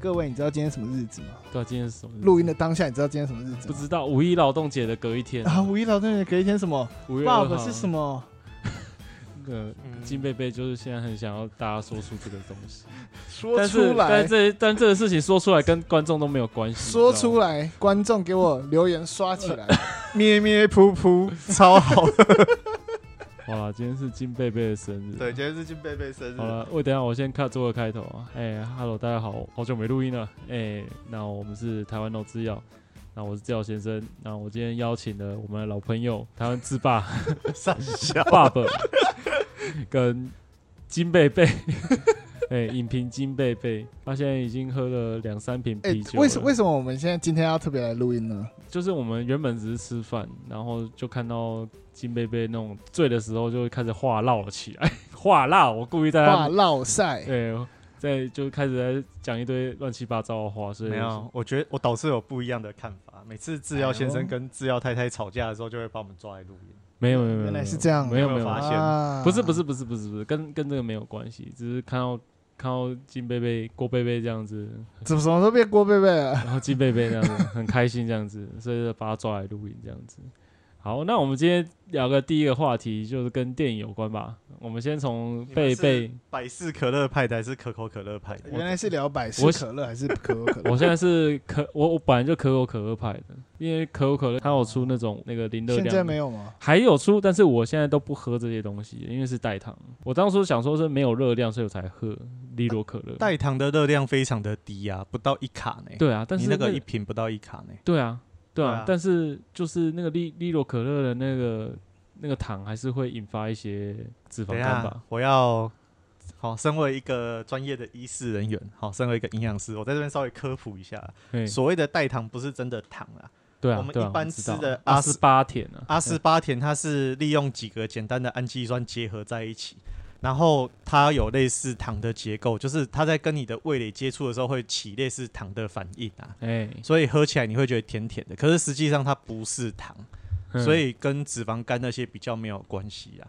各位，你知道今天什么日子吗？不知道今天是什么日子录音的当下，你知道今天什么日子不吗？知道五一劳动节的隔一天啊，五一劳动节隔一天什么五月二？bug 号是什？么？呃，嗯金贝贝就是现在很想要大家说出这个东西，说但是出来但，这但这个事情说出来跟观众都没有关系。说你知道吗出来，观众给我留言刷起来，咩咩噗噗，超好。好了，今天是金贝贝的生日。对，今天是金贝贝生好日，了，我等一下我先看做个开头啊。哎、h e l l o 大家好，好久没录音了。哎、那我们是台湾老制药，那我是制药先生。那我今天邀请了我们的老朋友台湾 制霸傻笑。爸爸跟金贝 贝，哎、影评金贝贝，他现在已经喝了两三瓶哎啤酒、，了为什为什么我们现在今天要特别来录音呢？就是我们原本只是吃饭，然后就看到金贝贝那种醉的时候，就会开始话唠了起来。 话唠，我故意在话他唠赛，对，在就开始在讲一堆乱七八糟的话，所以没有，我觉得我导致有不一样的看法。每次制药先生跟制药太太吵架的时候，就会把我们抓来录音。没有没有没有，原来是这样没有有没没有有，发现啊不是不是不是不是不是，跟跟这个没有关系，只是看到看到金贝贝郭贝贝这样子，怎么什么时候变郭贝贝了？然后金贝贝这样子很开心这样子，所以就把他抓来录音这样子。好，那我们今天聊个第一个话题就是跟电影有关吧。我们先从你们贝是贝，百事可乐派的还是可口可乐派的？原来是聊百事我可乐还是可口可乐？我现在是可我我本来就可口可乐派的，因为可口可乐它有出那种那个零热量现的，在没有吗？还有出，但是我现在都不喝这些东西，因为是代糖。我当初想说是没有热量，所以我才喝利罗可乐。啊代糖的热量非常的低啊，不到一卡呢。，对啊，但你是那个一瓶不到一卡呢。对啊，对对啊啊，但是就是那个利利罗可乐的那个那个糖，还是会引发一些脂肪等一肝下吧？，我要好，身为一个专业的医师人员，好，身为一个营养师，我在这边稍微科普一下，嘿所谓的代糖不是真的糖啊，对啊，我们对啊一般知道吃的阿阿斯斯巴甜啊，阿斯巴甜它是利用几个简单的氨基酸结合在一起，然后它有类似糖的结构，就是它在跟你的味蕾接触的时候会起类似糖的反应啊，哎，所以喝起来你会觉得甜甜的，可是实际上它不是糖，嗯所以跟脂肪肝那些比较没有关系啊，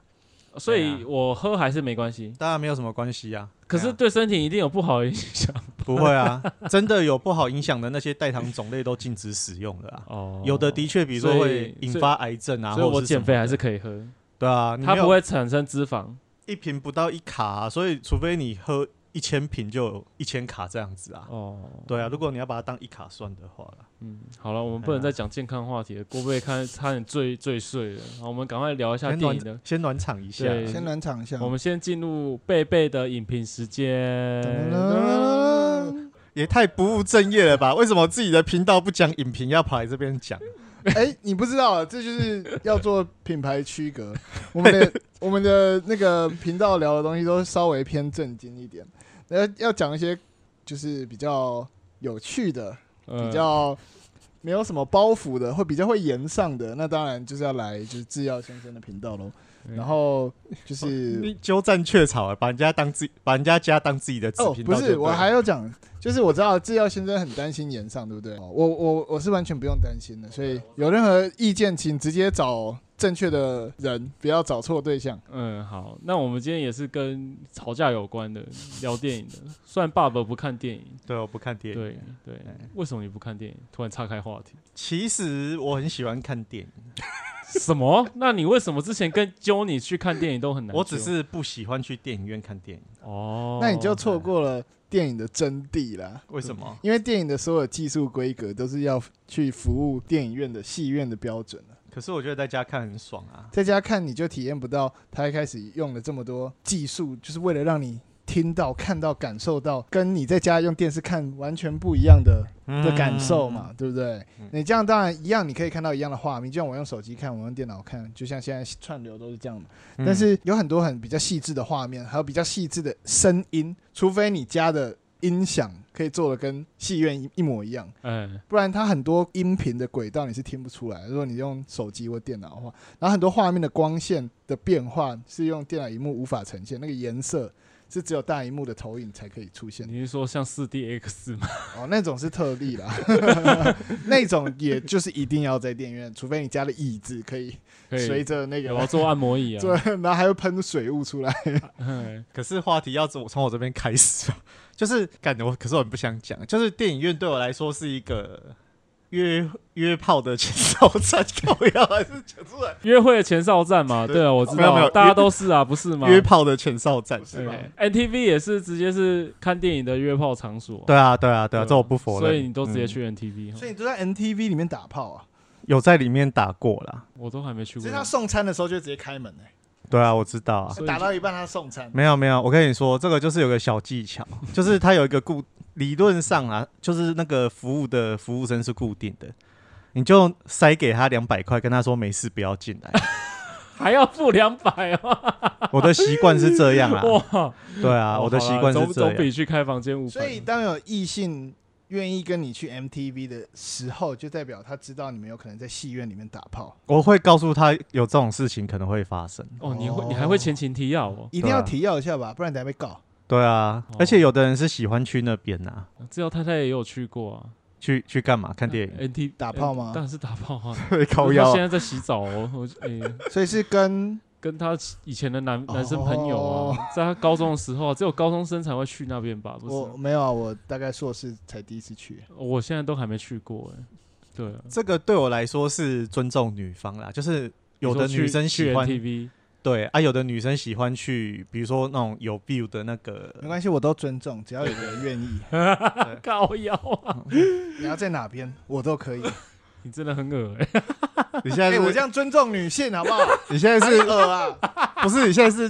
所以对啊我喝还是没关系，当然没有什么关系啊，可是对啊对身体一定有不好的影响不会啊，真的有不好影响的那些代糖种类都禁止使用了啊。哦。 有的的确，比如说会引发癌症啊，所以或我者什么减肥还是可以喝，对啊，你它没有不会产生脂肪。一瓶不到一卡、啊，所以除非你喝一千瓶就有一千卡这样子啊。哦，对啊，如果你要把它当一卡算的话啦，嗯，好了，我们不哎能再讲健康话题了，郭贝看差点醉醉睡了，好，我们赶快聊一下先电影的暖。先暖场一下。对先暖场一下。我们先进入贝贝的影评时间。也太不务正业了吧？为什么自己的频道不讲影评，要跑来这边讲？哎，你不知道啊，这就是要做品牌区隔。我们的我们的那个频道聊的东西都稍微偏正经一点，要要讲一些就是比较有趣的、呃比较没有什么包袱的，会比较会言上的。那当然就是要来就是制药先生的频道喽。嗯然后就是哦你鸠占鹊巢啊，把人家当自己，把人家家当自己的子哦，频不道就对是，了、我还要讲，就是我知道制药先生很担心延上，对不对？哦我我我是完全不用担心的，所啊以有任何意见，请直接找正确的人，不要找错对象。嗯，好，那我们今天也是跟吵架有关的，聊电影的。虽然爸爸不看电影，对，我不看电影。啊对对，哎为什么你不看电影？突然岔开话题，其实我很喜欢看电影，什么？那你为什么之前跟揪你去看电影都很难揪？我只是不喜欢去电影院看电影。哦，那你就错过了电影的真谛啦，为什嗯么？因为电影的所有技术规格都是要去服务电影院的戏院的标准的。可是我觉得在家看很爽啊。在家看你就体验不到他一开始用了这么多技术，就是为了让你听到、看到、感受到，跟你在家用电视看完全不一样的的感受嘛，对不对嗯？你这样当然一样，你可以看到一样的画面，就像我用手机看，我用电脑看，就像现在串流都是这样的。嗯，但是有很多很比较细致的画面，还有比较细致的声音，除非你家的音响可以做的跟戏院一一模一样，嗯，不然它很多音频的轨道你是听不出来。如果你用手机或电脑的话，然后很多画面的光线的变化是用电脑荧幕无法呈现，那个颜色是只有大荧幕的投影才可以出现的你是说像四 D X 吗？哦，那种是特例 啦，那种也就是一定要在电影院，除非你家的椅子可以可随以，着那我要个做按摩椅 啊。对，然后还会喷水雾出来。哎可是话题要从从我这边开始吧， 就是感觉我，可是我很不想讲，就是电影院对我来说是一个约约炮的前哨站， 我要还是讲出来 约会的前哨站嘛，对哦对啊，我知没有没道，有大家都是啊，不是吗？约炮的前哨站是吧？对 NTV 也是直接是看电影的约炮场所，对啊，对啊，对啊，吧这我不否认。所以你都直接嗯去 NTV，所哈以你都在 NTV 里面打炮啊？有在里面打过啦？我都还没去其过实。他送餐的时候就直接开门哎、对啊，我知道啊。所以打到一半他送餐，没有没有，我跟你说，这个就是有个小技巧， 就是它有一个固理论上啊，就是那个服务的服务生是固定的，你就塞给他两百块，跟他说没事，不要进来。还要付两百啊！我的习惯是这样啦，啊 哇， 对啊，我的习惯哦好啦总是这总样。比去开房间五所以百。当有异性愿意跟你去 MTV 的时候，就代表他知道你们有可能在戏院里面打炮，我会告诉他有这种事情可能会发生。哦，你会哦你还会前情提要哦，一定要对啊提要一下吧，不然等下被告。对啊哦，而且有的人是喜欢去那边啊，志尧太太也有去过啊，去去干嘛？看电影。 N T 打炮吗当然是打炮 啊！对，我靠腰现在在洗澡哦，我诶、所以是跟跟他以前的男哦男生朋友啊，在他高中的时候啊、只有高中生才会去那边吧？不是我吗，没有啊，我大概硕士才第一次去。我现在都还没去过哎、对啊，这个对我来说是尊重女方啦，就是有的女生喜欢 T V， 对啊，有的女生喜欢去，比如说那种有 view 的那个，没关系，我都尊重，只要有人愿意。高腰啊，你要在哪边，我都可以。你真的很恶 哎、 你现在哎、是，我这样尊重女性好不好？你现在 是是恶啊！不是？你现在是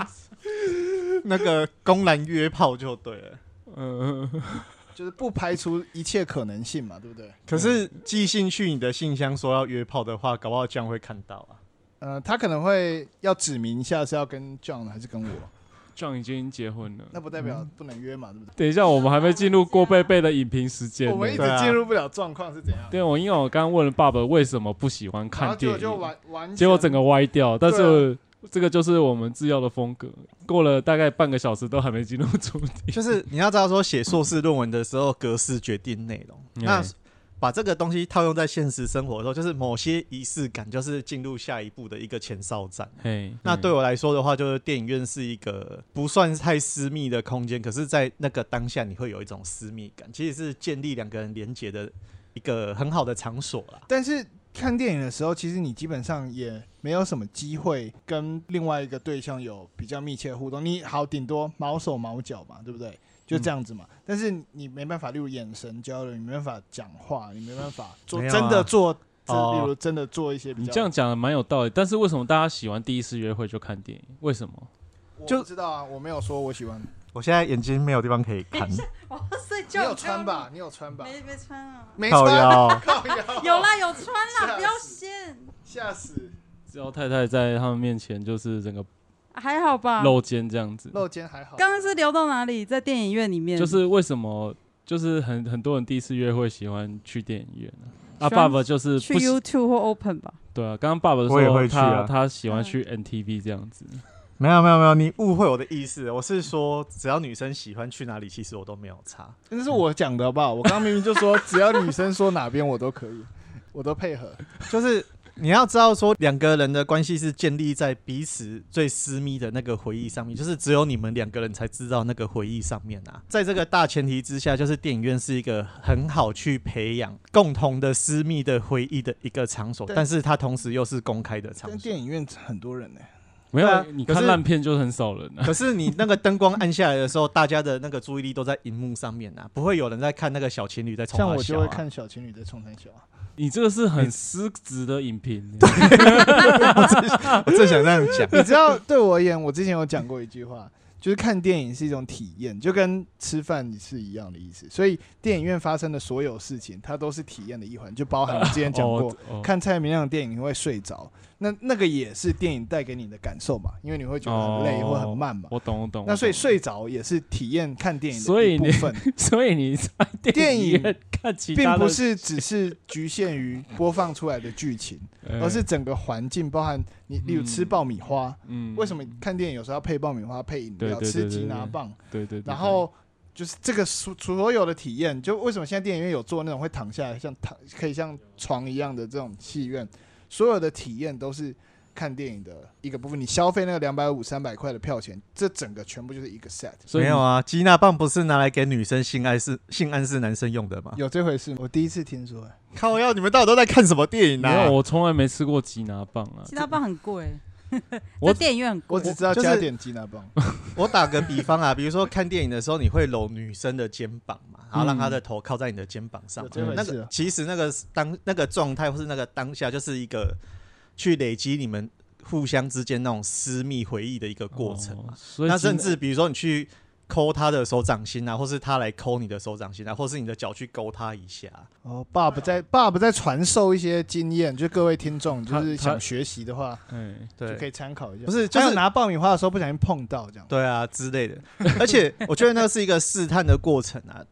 那个公然约炮就对了。嗯、 就是不排除一切可能性嘛，对不对？可是寄信去你的信箱说要约炮的话，搞不好这样会看到啊。呃，他可能会要指明一下是要跟 John 还是跟我， j o h n 已经结婚了。那不代表不能约嘛，对不对？等一下，我们还没进入郭贝贝的影评时间我们一呢。直进入不了状况是怎样？对，我因为我刚刚问了爸爸为什么不喜欢然后看结电果就影，完完全，结果整个歪掉。但对啊是这个就是我们制药的风格。过了大概半个小时都还没进入主 题，就是你要知道说，写硕士论文的时候，格式决定内容。嗯那把这个东西套用在现实生活的时候，就是某些仪式感，就是进入下一步的一个前哨站。 嘿，那对我来说的话，就是电影院是一个不算太私密的空间，可是，在那个当下，你会有一种私密感，其实是建立两个人连结的一个很好的场所啦。但是看电影的时候，其实你基本上也没有什么机会跟另外一个对象有比较密切的互动。你好，顶多毛手毛脚嘛，对不对？就嗯这样子嘛。但是你没办法，例如眼神交流，你没办法讲话，你没办法做没有啊真的做，这哦例如真的做一些比你较。这样讲的蛮有道理，但是为什么大家喜欢第一次约会就看电影？为什么？我就不知道啊，我没有说我喜欢。我现在眼睛没有地方可以看， 哇塞，你哦就有穿吧？？你有穿吧？没没 穿啊，没 靠穿， 腰。靠腰，有，啦有穿吓啦，不要死掀，吓死！制药太太在他们面前就是整个还好吧？露肩这样子，露肩还好，刚刚是聊到哪里？在电影院里面，就是为什么就是很很多人第一次约会喜欢去电影院呢、啊？喜欢爸爸就是去不喜 YouTube 或 Open 吧。对啊，刚刚爸爸我也说会去他啊他喜嗯欢去 NTV 这样子，没有没有没有，你误会我的意思，我是说只要女生喜欢去哪里，其实我都没有差。那是我讲的好不好？我刚刚明明就说，只要女生说哪边我都可以，我都配 合。就是你要知道说，两个人的关系是建立在彼此最私密的那个回忆上面，就是只有你们两个人才知道那个回忆上面啊。在这个大前提之下，就是电影院是一个很好去培养共同的私密的回忆的一个场所，对但是它同时又是公开的场但所。电影院很多人呢、没有、对啊你可看是烂片就很少人啊。可是你那个灯光暗下来的时候，大家的那个注意力都在荧幕上面啊，不会有人在看那个小情侣在冲、啊、像我就会看小情侣在冲三小啊，你这个是很失职的影评， 我正想这样讲， 你知道，对我而言，我之前有讲过一句话， 就是看电影是一种体验，就跟吃饭是一样的意思。所以电影院发生的所有事情，它都是体验的一环，就包含我之前讲过，哦哦看蔡明亮的电影你会睡着，那那个也是电影带给你的感受嘛，因为你会觉得很累哦或很慢嘛。我懂我懂。那所以我懂睡着也是体验看电影所的以一部你分。 所以你在电影院 看其并他的不是只是局限于播放出来的剧情， 呃而是整个环境，包含你，例如吃爆米花，嗯为什么看电影有时候要配爆米花、配饮对料、对对吃对吉对拿棒，对对对然后就是这个所所有的体验，就为什么现在电影院有做那种会躺下来像躺可以像床一样的这种戏院，所有的体验都是看电影的一个部分。你消费那个两百五、三百块的票钱，这整个全部就是一个 set。所以没有你啊，吉娜棒不是拿来给女生性暗示、性暗示男生用的吗？有这回事吗？啊我第一次听说、哎靠要你们到底都在看什么电影啊没有，我从来没吃过吉拿棒啊其，他棒很贵，我在电影院很我贵只。知道就是加点鸡拿棒。我打个比方啊，比如说看电影的时候，你会搂女生的肩膀嘛，嗯然后让她的头靠在你的肩膀上嘛。有这回事那啊个其实那个当那个状态或是那个当下，就是一个去累积你们互相之间那种私密回忆的一个过程嘛哦。所以那吉拿甚至比如说你去抠她的手掌心啊，或是她来抠你的手掌心啊，或是你的脚去勾她一下。哦，爸爸在爸爸在传授一些经验，就各位听众，他就是他想学习的话，哎，就可对，以参考一下。不是就还有是拿爆米花的时候不小心碰到这样。对啊之类的。 而且我觉得那是一个试探的过程啊。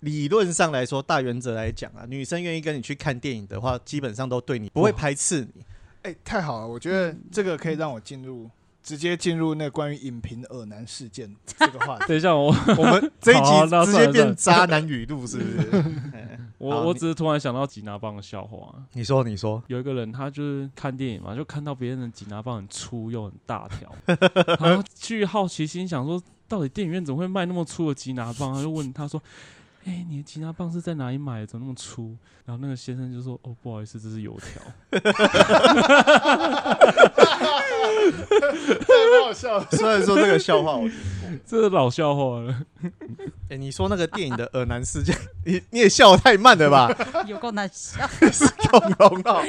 理理论上来说，大原则来讲啊，女生愿意跟你去看电影的话，基本上都对你不会排斥你。哎、太好了！我觉得这个可以让我进入，直接进入那个关于影评耳男事件这个话题。等一下我我们这一好那集直算接了变渣男语录，是不是？好我我你只是突然想到吉拿棒的笑话。啊你说，你说，有一个人，他就是看电影嘛，就看到别人的吉拿棒很粗又很大条，然后去好奇心想说，到底电影院怎么会卖那么粗的吉拿棒？他就问他说：“哎、你的吉拿棒是在哪里买的？怎么那么粗？”然后那个先生就说：“哦，不好意思，这是油条。 太 好笑了！虽然说这个笑话 我，哎、”这是老笑话了。哎你说那个电影的耳男事件， 你你也笑得太慢了吧？有够难 笑，是恐龙哦。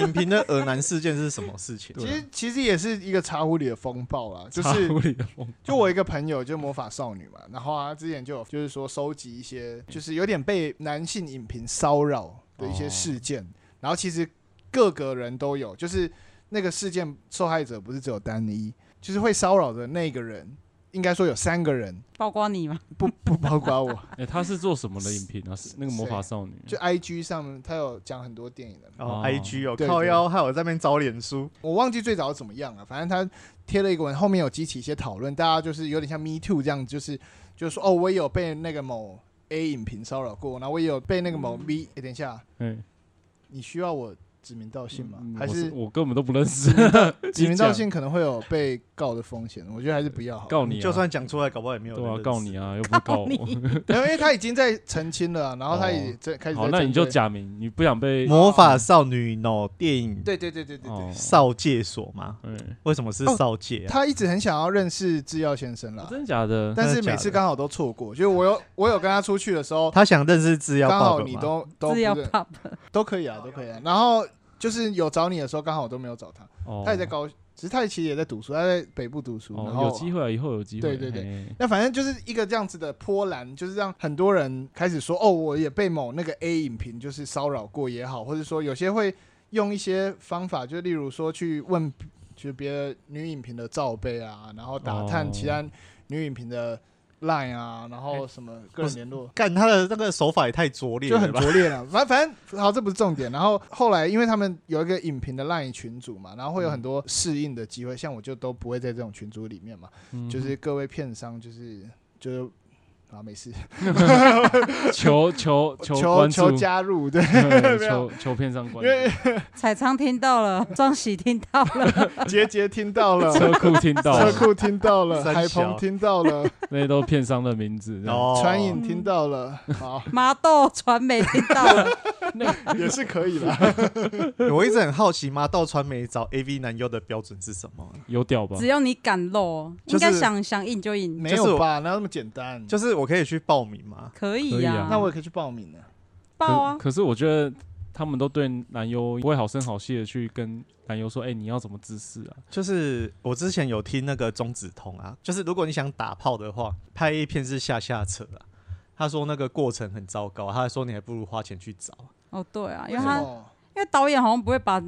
影评的耳男事件是什么事情？啊其实其实也是一个茶壶里的风暴啦， 就茶是壶里的风，就我一个朋友就魔法少女嘛，然后啊之前就有就是说收集一些就是有点被男性影评骚扰的一些事件，然后其实各个人都有，就是那个事件受害者不是只有单一，就是会骚扰的那个人，应该说有三个人，包括你嘛？不 不包括我，哎、他是做什么的影评啊？是那个魔法少女，就 I G 上面他有讲很多电影的，哦哦，IG 哦，对靠对腰，害我在那边找脸书。我忘记最早怎么样了，反正他贴了一个文，后面有激起一些讨论，大家就是有点像 Me Too 这样，就是就是说哦，我也有被那个某 A 影评骚扰过，然后我也有被那个嗯某 B，、诶等一下，哎，你需要我指名道姓吗？嗯还我是我根本都不认识， 指名道讲姓可能会有被告的风险？我觉得还是不要好了，告你、啊，就算讲出来，搞不好也没有人对啊，认告识你啊，又不是告 告你我。没有因为他已经在澄清了啊、然后他也在、开始在哦好，那你就针对，假名，你不想被魔法少女 no 电影对对对对对对。哦，少界所吗？嗯，为什么是哦少界啊？他一直很想要认识制药先生啦，哦真的假的？但是真的假每的次刚好都错过。就是我有 我有跟他出去的时候，他想认识制药刚报好的你吗？都都不是要认 pop 都可以啊，都可以啊。然后就是有找你的时候，刚好我都没有找他，哦，他也在高，其实他其实也在读书，他在北部读书，然哦，后有机会啊，以后有机会。对对对嘿，那反正就是一个这样子的波澜，就是让很多人开始说，哦，我也被某那个 A 影评就是骚扰过也好，或者说有些会用一些方法，就例如说去问就别的女影评的罩杯啊，然后打探哦其他女影评的 line 啊，然后什么个人联络。干他的那个手法也太拙劣就了很吧？拙劣了。反反正好，这不是重点。然后后来，因为他们有一个影评的 LINE 群组嘛，然后会有很多适应的机会，像我就都不会在这种群组里面嘛。嗯就是各位片商，就是就是。啊，没事， 求 求求关注求，加入， 对，对没有求求片上关因为注，彩仓听到了， 庄喜听到了，杰杰听到了，车库听到 了车，库听到 了，三海小鹏听到了，那些都是片商的名字。这样哦，传影听到了，好，麻豆传媒听到 了，也是可以的。我一直很好奇，麻豆传媒找 AV 男优的标准是什么啊？有屌吧只？要你敢露，就是应该想想印就印，没就是有我吧？哪有那么简单？就是我可以去报名吗？可以可以呀啊。那我也可以去报名呢。爆啊！可可是我觉得他们都对男优不会好声好气的去跟男优说，哎，你要怎么姿势啊？就是我之前有听那个中指通啊，就是如果你想打炮的话，拍 A 片是下下策啊。他说那个过程很糟糕，他还说你还不如花钱去找。嗯哦，对啊，因为为什他么？因为导演好像不会把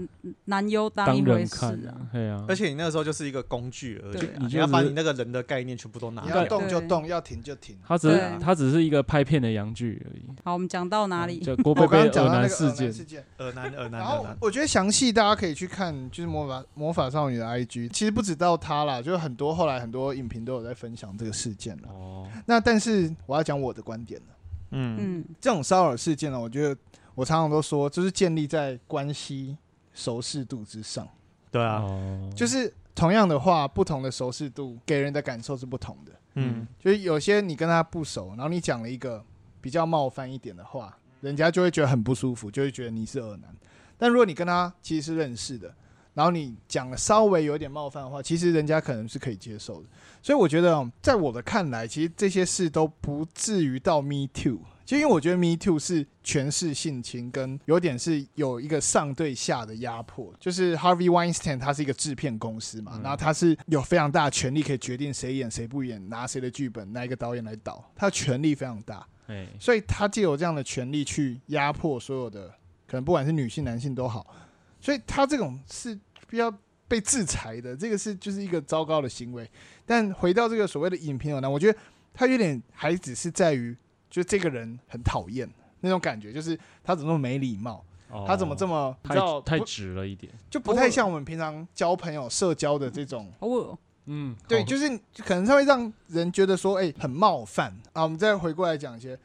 男优当一当回人事看啊。，对啊而，且你那个时候就是一个工具而已、对啊，你你就要把是你那个人的概念全部都拿你掉要对。动就对动，要停就停。他只是对他只是一个拍片的洋剧而已。好，我们讲到哪里？叫郭我贝刚贝刚讲尔到那男个事耳件男，事件，耳男耳男然耳后男，我觉得详细大家可以去看，就是魔法魔法少女的 IG，其实不止到她啦，就是很多后来很多影评都有在分享这个事件了。哦，那但是我要讲我的观点了，嗯，嗯，这种骚扰事件呢，我觉得我常常都说，就是建立在关系熟视度之上，对啊，哦，就是同样的话，不同的熟视度给人的感受是不同的。嗯，就是有些你跟他不熟，然后你讲了一个比较冒犯一点的话，人家就会觉得很不舒服，就会觉得你是恶男。但如果你跟他其实是认识的，然后你讲了稍微有点冒犯的话，其实人家可能是可以接受的。所以我觉得哦，在我的看来，其实这些事都不至于到 Me Too。就因为我觉得 Me Too 是权势性侵，跟有点是有一个上对下的压迫。就是 Harvey Weinstein 他是一个制片公司嘛，嗯然后他是有非常大的权利可以决定谁演谁不演，拿谁的剧本，哪一个导演来导，他的权力非常大，哎，所以他借有这样的权利去压迫所有的，可能不管是女性男性都好，所以他这种是比较被制裁的，这个是就是一个糟糕的行为。但回到这个所谓的影评有呢，我觉得他有点还只是在于，就这个人很讨厌那种感觉，就是他怎么那么没礼貌，他怎么这么么比哦太较太不直了一点？就不太像我们平常交朋友社交的这种。哦，嗯，对，好就是可能他会让人觉得说，哎、很冒犯啊。我们再回过来讲一些，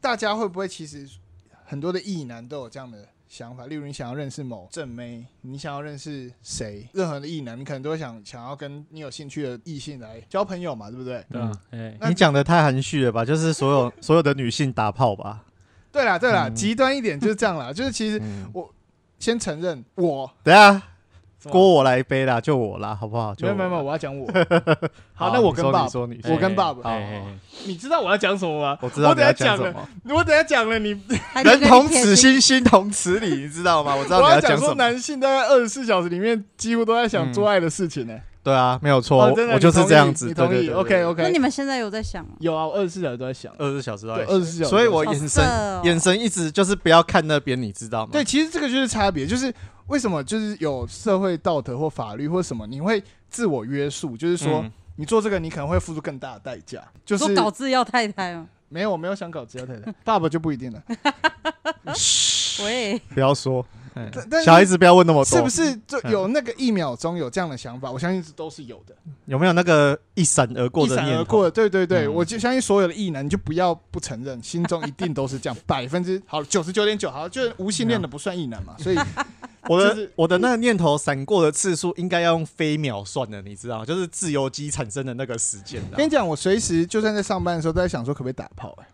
大家会不会其实很多的异男都有这样的想法？例如，你想要认识某正妹，你想要认识谁，任何的异男，你可能都会想想要跟你有兴趣的异性来交朋友嘛，对不对？对啊，哎，那你讲的太含蓄了吧？就是 所有所有的女性打炮吧？对啦，对啦，嗯极端一点就是这样啦。就是其实嗯，先承认我，等一下怎么锅我来背啦，就我啦，好不好？就哦没有没有没有，我啦，我要 讲我，好，好那我你跟说爸你说你说，我跟爸爸，爸哎哎哎你知道我要讲什么吗？我知道你等下要讲讲什了，么。我等下讲了，你他就人跟你同贴此心，心，心同此 理，你知道吗？我知道我你要讲讲什说，么。男性大概二十四小时里面几乎都在想做爱的事情呢、对啊，没有错，哦我真的我就是这样子。你同意对你对同意对？OK 那 OK，你们现在有在想吗？有啊，我二十四小时都在想，二十四小时都对，在二十四小时，所以我好眼色神哦眼神一直就是不要看那边，你知道吗？对，，其实这个就是差别，就是为什么就是有社会道德或法律或什么，你会自我约束，就是说、嗯你做这个你可能会付出更大的代价，就是说搞自要太太吗？没有我没有想搞直销太太， 爸爸就不一定了，喂，不要说，哎但但是小孩子不要嗯问那么多，是不是就有那个一秒钟有这样的想法？我相信是都是有的，有没有那个一闪而过一的闪而念过头？的，对对对，嗯我就相信所有的异男，你就不要不承认，心中一定都是这样，百分之好九十九点九，好，就是无性恋的不算异男嘛，所以嗯我就的是我的那个念头闪过的次数应该要用飞秒算的，你知道吗？就是自由基产生的那个时间啊跟的。你讲，我随时就算在上班的时候，都在想说可不可以打炮、欸。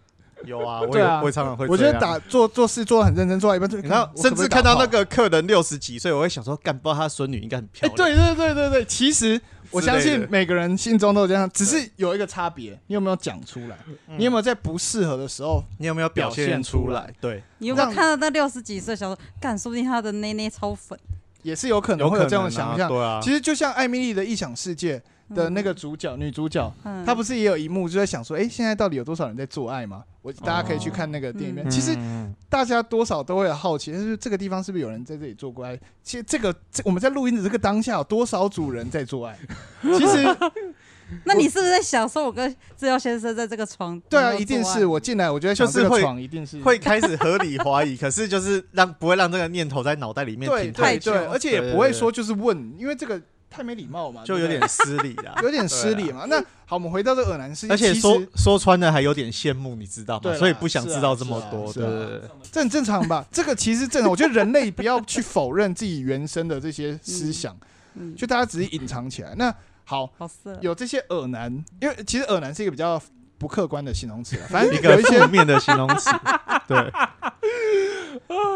有啊，我对也啊我也常常会这样，我觉得打做做事做的很认真，做到一半就，嗯然后看我可甚不可至以打看炮到那，个客人六十几岁，我会想说，干，不知道他孙女应该很漂哎、亮。对对对对对，其实我相之类信的每个人心中都有这样，只是有一个差别，你有没有讲出来？嗯你有没有在不适合的时候？你有没有表表现现出出来来？对，你有没有让看到那六十几岁小说？干，说不定他的内内超粉。也是有可能有会可有能这样的想啊象。对啊。其实就像艾米丽的《异想世界》的那嗯个主角、女主角，嗯她不是也有一幕就在想说，哎、现在到底有多少人在做爱吗？我大家可以去看那个电影院。嗯其实嗯大家多少都会有好奇，就是这个地方是不是有人在这里做过爱？其实这个这我们在录音的这个当下，有多少组人在 做爱？其实那你是不是在享受我跟制药先生在这个床？对 啊，一定是我进来，我觉得想就是这个会床一定是会开始合理怀疑，可是就是让不会让这个念头在脑袋里面对停对太久对，而且也不会说就是问，因为这个太没礼貌嘛，就有 对不对。点失礼啦有点失礼嘛。那好，我们回到这个耳男事件，而且其实说说穿了还有点羡慕，你知道对吗？啦所以不想知道这么多。是对啊是啊对对对这很正常吧？这个其实正常，我觉得人类不要去否认自己原生的这些思想，嗯，就大家只是隐藏起来。那好，好色。有这些耳男，因为其实耳男是一个比较不客观的形容词啊，反正一个有一 些负面的形容词。对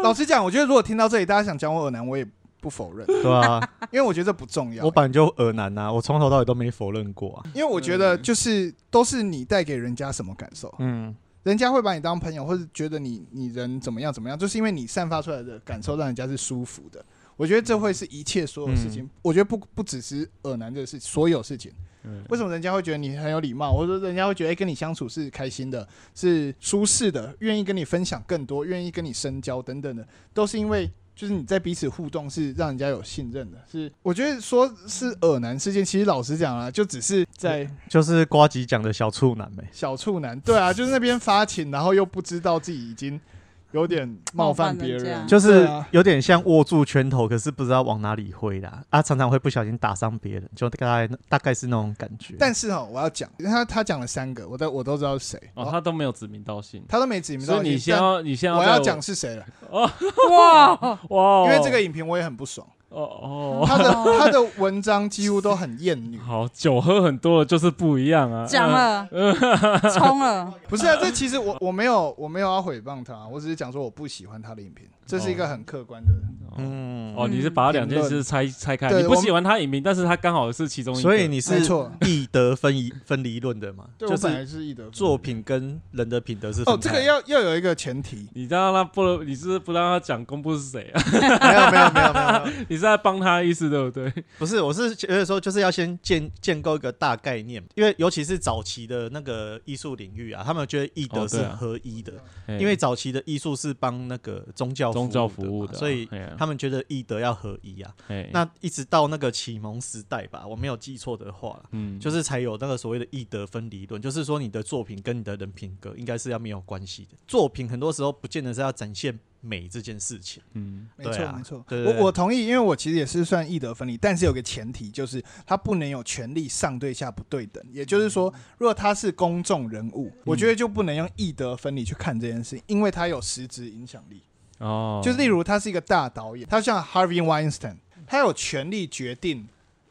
老实讲，我觉得如果听到这里，大家想讲我耳男，我也不否 认，对啊，因为我觉得这不重要我。本来就耳男呐，我从头到尾都没否认过啊。因为我觉得就是都是你带给人家什么感受，嗯，人家会把你当朋友，或者觉得你你人怎么样怎么样，就是因为你散发出来的感受让人家是舒服的。我觉得这会是一切所有事情，嗯我觉得不不只是耳男这个事，所有事情。嗯为什么人家会觉得你很有礼貌，或者说人家会觉得、哎跟你相处是开心的，是舒适的，愿意跟你分享更多，愿意跟你深交等等的，都是因为就是你在彼此互动是让人家有信任的。是我觉得说是恶男事件，其实老实讲啊，就只是在就是瓜吉讲的小处男呗、小处男，对啊，就是那边发情，然后又不知道自己已经有点冒犯别冒犯人人，家就是对啊有点像握住拳头，可是不知道往哪里挥啦。啊，常常会不小心打伤别人，就大概大概是那种感觉。但是哈，我要讲，他他讲了三个，我都我都知道是谁，哦，哦他都没有指名道姓，他都没指名所道以姓，你先但要你先我在要讲是谁了，哇，哇哦，因为这个影评我也很不爽，哦哦，他的他的文章几乎都很厌女，好，酒喝很多了就是不一样啊，讲了，呃冲了， 不是啊，这其实我我没有我没有要诽谤他，我只是讲说我不喜欢他的影评，这是一个很客观的。嗯。嗯，哦，你是把两件事拆拆开，对你不我喜欢他影评，但是他刚好是其中一个，，所以你没是错艺德分一分离论的嘛？对就我本是来是一德作品跟人的品德是分哦，这开个的要要有一个前提 你让他不，你是不让他讲公布是谁 啊？没有没有没有没有没有，你是在帮他意思对不对？不是，我是觉得说，就是要先建建构一个大概念，因为尤其是早期的那个艺术领域啊，他们觉得艺德哦是对啊合一的，因为早期的艺术是帮那个宗教宗教服服务的的啊，嘛，所以哎呀他们觉得艺德要合一啊。哎那一直到那个启蒙时代吧，我没有记错的话啦，嗯就是才有那个所谓的艺德分离论，就是说你的作品跟你的人品格应该是要没有关系的。作品很多时候不见得是要展现美这件事情，嗯没错、对啊没错，对对对我我同意，因为我其实也是算艺德分离，但是有个前提就是他不能有权利上对下不对等，也就是说，嗯如果他是公众人物，我觉得就不能用艺德分离去看这件事情，因为他有实质影响力。哦，就例如他是一个大导演，他像 Harvey Weinstein，他有权利决定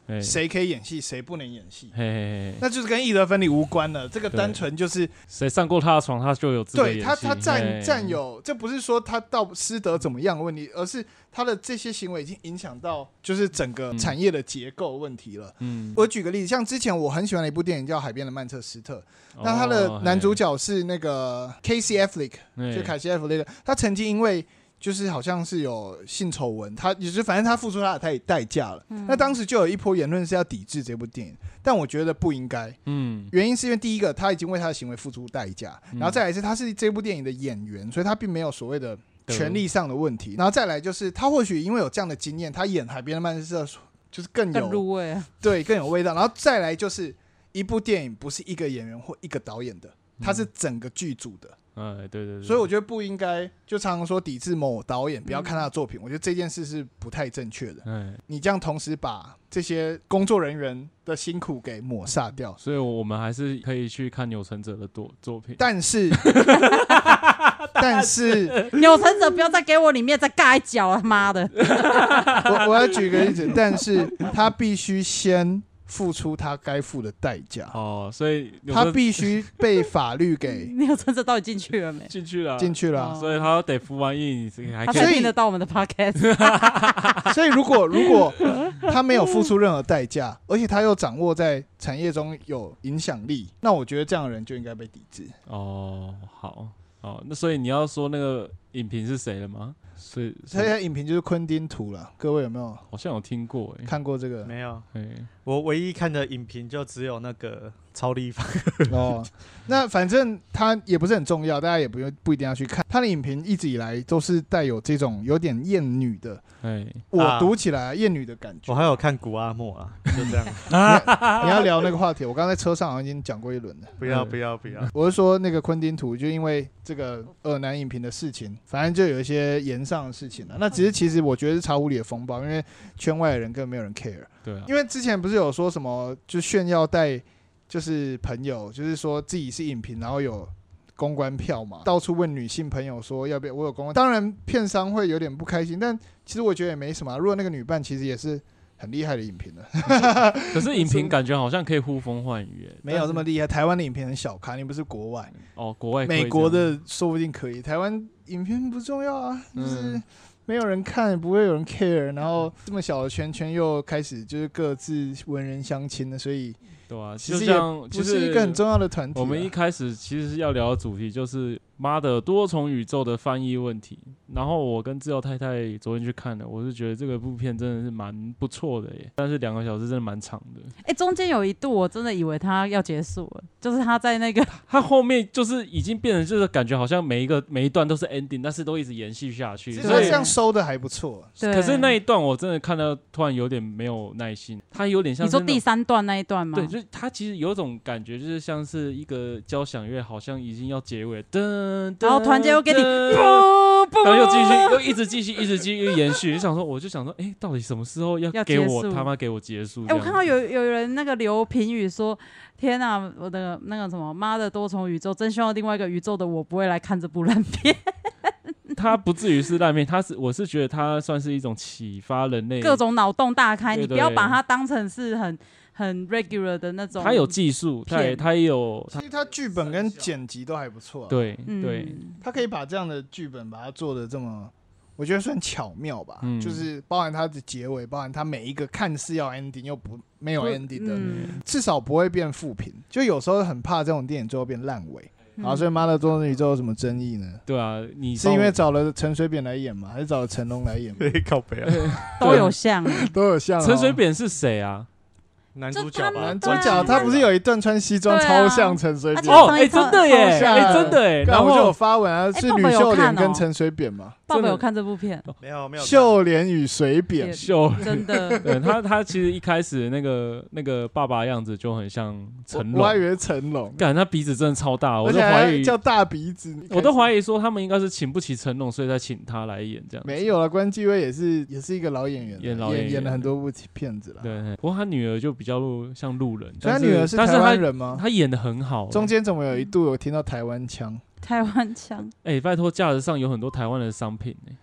哎谁可以演戏，谁不能演戏嘿。嘿嘿嘿，那就是跟艺德分离无关了，这个单纯就是谁上过他的床，他就有资格对演他戏他占嘿占有，这不是说他到师德怎么样的问题，而是他的这些行为已经影响到就是整个嗯产业的结构问题了。嗯，我举个例子，像之前我很喜欢的一部电影叫《海边的曼彻斯特》，那他哦的男主角是那个 Casey Affleck，嘿就嘿凯西·艾弗雷克，他曾经因为就是好像是有性丑闻，他也是反正他付出他的代代价了。那当时就有一波言论是要抵制这部电影，但我觉得不应该，嗯原因是因为第一个他已经为他的行为付出代价，嗯然后再来是他是这部电影的演员，所以他并没有所谓的。对权利上的问题，然后再来就是他或许因为有这样的经验，他演《海边的曼彻斯特》就是更更有入味啊，对更有味道，然后再来就是一部电影不是一个演员或一个导演的，它嗯是整个剧组的，哎对对对，所以我觉得不应该就常常说抵制某导演，不要看他的作品。我觉得这件事是不太正确的。哎，你这样同时把这些工作人员的辛苦给抹煞掉，所以我们还是可以去看钮承泽的作作品。但是，但是有成者不要再给我里面再尬一脚了，妈的，我我要举个例子，但是他必须先付出他该付的代价，哦，所以钮他承必须被法律 给你有成者到底进去了没？进去了啊，进去了啊、哦所以他得服完役，你是还他可所才以听得到我们的 podcast， 所以如果如果他没有付出任何代价，而且他又掌握在产业中有影响力，那我觉得这样的人就应该被抵嗯制。哦，好，好，那所以你要说那个影评是谁了吗？是，所以是他影评就是昆汀图了，各位有没有好像有听过哎、看过这个？没有。哎，我唯一看的影评就只有那个超立方， 哦，那反正他也不是很重要，大家也不用不一定要去看。他的影评一直以来都是带有这种有点厌女的，哎，我啊读起来厌女的感觉。我还有看古阿莫啊，就这样。你要聊那个话题，我刚才车上好像已经讲过一轮了。 不要不要不要，我是说那个昆汀图，就因为这个恶男影评的事情，反正就有一些言上的事情了、那只是其实我觉得是茶壶里的风暴，因为圈外的人根本没有人 care。 对啊，因为之前不是有说什么，就炫耀带就是朋友，就是说自己是影评，然后有公关票嘛，到处问女性朋友说要不要我有公关。当然，片商会有点不开心，但其实我觉得也没什么啊、如果那个女伴其实也是很厉害的影评的，可是影评感觉好像可以呼风唤雨、哎，没有这么厉害。台湾的影评很小咖，你不是国外，哦，国外可以美国这样，的说不定可以。台湾影片不重要啊，就是嗯没有人看，不会有人 care，然后这么小的圈圈又开始就是各自文人相亲了，所以对啊，其就实也像不就是一个很重要的团体啊。我们一开始其实要聊的主题就是妈的多重宇宙的翻译问题。然后我跟自由太太昨天去看了，我是觉得这个部片真的是蛮不错的耶，但是两个小时真的蛮长的。哎，中间有一度我真的以为他要结束了，就是他在那个它后面就是已经变成就是感觉好像每一个每一段都是 ending，但是都一直延续下去。其实所他以这样收的还不错、啊对， 可是那一段我真的看到突然有点没有耐心，它有点像你是说那第种三段那一段吗？对，就是它其实有一种感觉，就是像是一个交响乐，好像已经要结尾了，噔，然后突然间又给你噔不不， 然后又继 续，又一直继续，一直继续延续。就想说，我就想说，哎、到底什么时候要要给结我束他妈给我结束？哎、我看到有有人那个留评语说：“天哪、我的那个什么妈的多重宇宙，真希望另外一个宇宙的我不会来看这部烂片，他不至于是烂片，他是我是觉得他算是一种启发人类各。种脑洞大开，对你不对要把它当成是很很 regular 的那种。”他有技术，他也片他也有，其实他剧本跟剪辑都还不错、啊，，对嗯对，他可以把这样的剧本把它做的这么，我觉得算巧妙吧。嗯就是包含它的结尾，包含它每一个看似要 ending 又不没有不 ending 的，嗯至少不会变负评。就有时候很怕这种电影最后变烂尾。嗯啊，所以《妈的多重宇宙》有什么争议呢？对啊，你是因为找了陈水扁来演吗？还是找了成龙来演？对， 靠北啊，都有 像，啊 都有像、哦、陈水扁是谁啊？ 男就主角他吧，们男主对啊角，他不是有一段穿西装对超啊像陈水而扁且的？哦，上哎、一真场的耶，好像哎、真的哎、然然后就有后发文啊，哎是爸爸吕有秀莲看哦跟陈水扁嘛？爸真爸的有看这部片，没有没有秀莲与水扁扁，秀，。真的对他他其实一开始那个那个爸爸样子就很像成我我还以龙，为成龙，感他鼻子真的超大，我而都且怀还疑叫大鼻子，我都怀疑。疑说他们应该是请不起成龙，所以才请他来演这样。没有了，关继威也是也是一个老演员啊，演老演演员演了很多部片子了。，对，对不过他女儿就比较路像路人，所以啊他但女儿是但台是湾他人吗？他演的很好欸、中间怎么有一度有听到台湾腔？台湾腔，哎、拜托架子上有很多台湾的商品哎、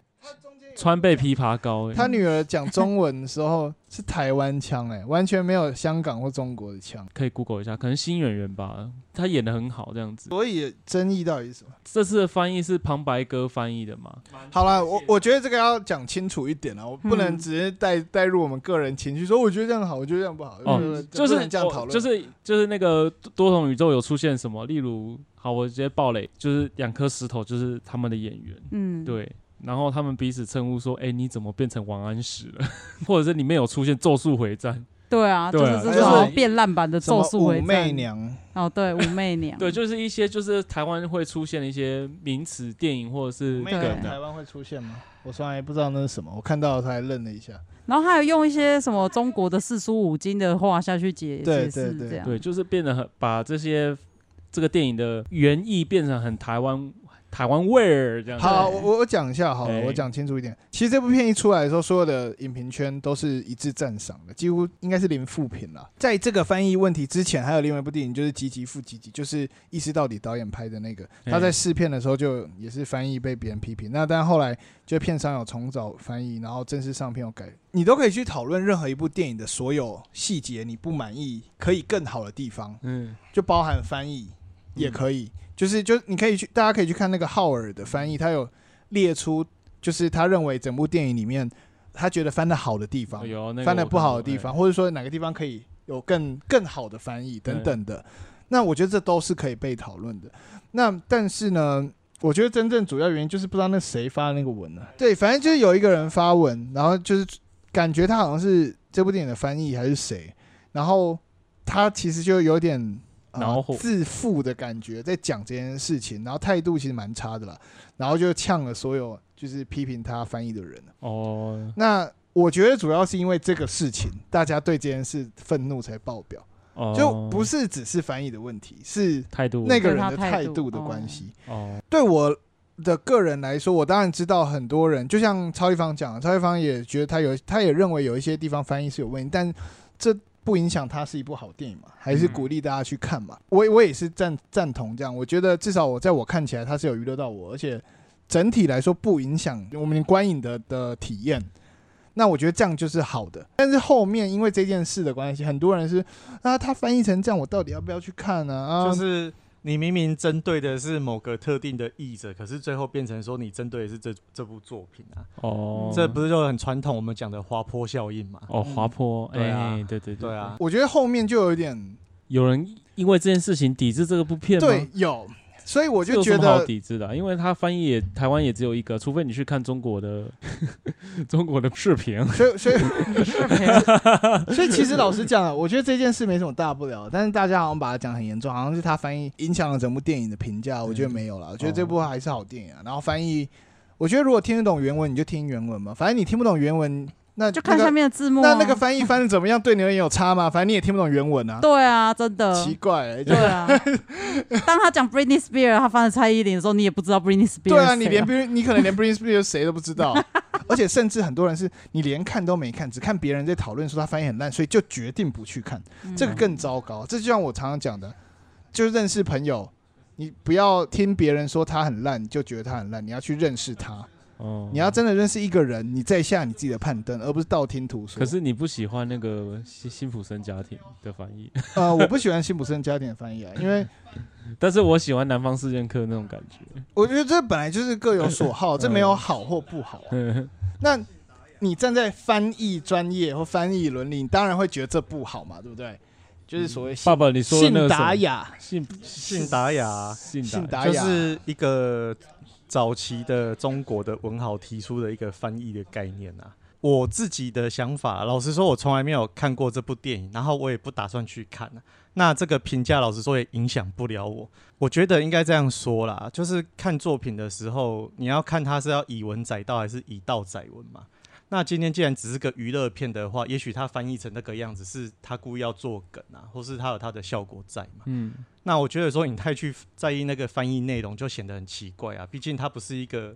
川贝枇杷膏哎、他女儿讲中文的时候是台湾腔，哎， 完全没有香港或中国的腔。可以 Google 一下，可能新演员吧，他演的很好这样子。所以争议到底是什么？这次的翻译是旁白哥翻译的嘛？好了，我我觉得这个要讲清楚一点啊，我不能嗯只是带带入我们个人情绪，说我觉得这样好，我觉得这样不好，哦对不对就不是哦能这样讨论，就是就是那个多多重宇宙有出现什么？例如，好，我直接爆雷，就是两颗石头，就是他们的演员。嗯，，对，然后他们彼此称呼说：“哎、你怎么变成王安石了？” 或者是里面有出现《咒术回战》，对啊，对就啊是就这是种变烂版的什咒么术回武媚战，娘，哦，对，武媚 娘，对，就是一些就是台湾会出现的一些名词、电影或者是武媚梗娘台的。湾会出现吗？我从来不知道那是什么，我看到他还愣了一下，然后还有用一些什么中国的四书五经的话下去解对解释，对对这样对，就是变得很把这些这个电影的原意变成很台湾台湾味儿这样子。嗯好，我我我讲一下好了，哎我讲清楚一点。其实这部片一出来的时候，所有的影评圈都是一致赞赏的，几乎应该是零负评了。在这个翻译问题之前，还有另外一部电影就是《吉吉复吉吉》，就是意识到底导演拍的那个，哎他在试片的时候就也是翻译被别人批评。那但后来就片商有重找翻译，然后正式上片有改。你都可以去讨论任何一部电影的所有细节，你不满意可以更好的地方，嗯，就包含翻译也可以，就是就你可以去，大家可以去看那个浩尔的翻译，他有列出，就是他认为整部电影里面他觉得翻的好的地方，有那个翻的我不看好过的地哎方，或者说哪个地方可以有更更好的翻译等等的。那我觉得这都是可以被讨论的。那但是呢，我觉得真正主要原因就是不知道那谁发的那个文呢、对，反正就是有一个人发文，然后就是感觉他好像是这部电影的翻译还是谁，然后他其实就有点。呃恼火自负的感觉，在讲这件事情，然后态度其实蛮差的啦，然后就呛了所有就是批评他翻译的人。啊哦，那我觉得主要是因为这个事情，大家对这件事愤怒才爆表，哦就不是只是翻译的问题，是态度那个对人他的态态度度的关系。哦，对我的个人来说，我当然知道很多人，就像超一方讲的，超一方也觉得他有，他也认为有一些地方翻译是有问题，但这不影响它是一部好电影嘛，还是嗯鼓励大家去看嘛。我我也是赞赞同这样，我觉得至少我在我看起来它是有娱乐到我，而且整体来说不影响我们观影的的体验。那我觉得这样就是好的，但是后面因为这件事的关系，很多人是啊，他翻译成这样，我到底要不要去看呢、嗯啊？就是你明明针对的是某个特定的译者，可是最后变成说你针对的是这这部作品啊，哦，嗯这不是就很传统我们讲的滑坡效应嘛？哦滑坡，对啊哎，对对对啊，我觉得后面就有一点有人因为这件事情抵制这个部片吗？对，有所以我这就有觉什么好得抵制的啊、因为它翻译也台湾也只有一个，除非你去看中国的 中国的视频。所以所以 视频所以其实老实讲啊，我觉得这件事没什么大不了，但是大家好像把它讲得很严重，好像是他翻译影响了整部电影的评价。我觉得没有哦啦，我觉得这部还是好电影啊。然后翻译，我觉得如果听得懂原文，你就听原文嘛。反正你听不懂原文，那 就看那个下面的字幕、啊那那个翻译翻的怎么样，对你而言有差吗？反正你也听不懂原文啊，对啊，真 的。奇怪、欸，就对啊，当他讲 Britney Spears，他翻了蔡依林的时候，你也不知道 Britney Spears。对啊，你连 Britney- 你可能连 Britney Spears 谁都不知道， 而且甚至很多人是你连看都没看，只看别人在讨论说他翻译很烂，所以就决定不去看，嗯这个更糟糕。这就像我常常讲的，就认识朋友，你不要听别人说他很烂你就觉得他很烂，你要去认识他，哦，你要真的认识一个人，你再下你自己的判断，而不是道听途说。可是你不喜欢那个辛辛普森家庭的翻译， 呃，我不喜欢辛普森家庭的翻译啊，因为但是我喜欢南方四剑客那种感觉。我觉得这本来就是各有所 好，这没有好或不好啊、嗯那你站在翻译专业或翻译伦理，你当然会觉得这不好嘛，对不对？就是所谓信嗯爸爸，你说的那信个什达么雅，信信达雅信信达达就雅是一个早期的中国的文豪提出的一个翻译的概念啊。我自己的想法，老实说，我从来没有看过这部电影，然后我也不打算去看、啊、那这个评价，老实说也影响不了我。我觉得应该这样说啦，就是看作品的时候，你要看它是要以文载道还是以道载文嘛。那今天既然只是个娱乐片的话，也许它翻译成那个样子，是他故意要做梗啊，或是它有它的效果在嘛。嗯，那我觉得说你太去在意那个翻译内容，就显得很奇怪啊。毕竟它不是一个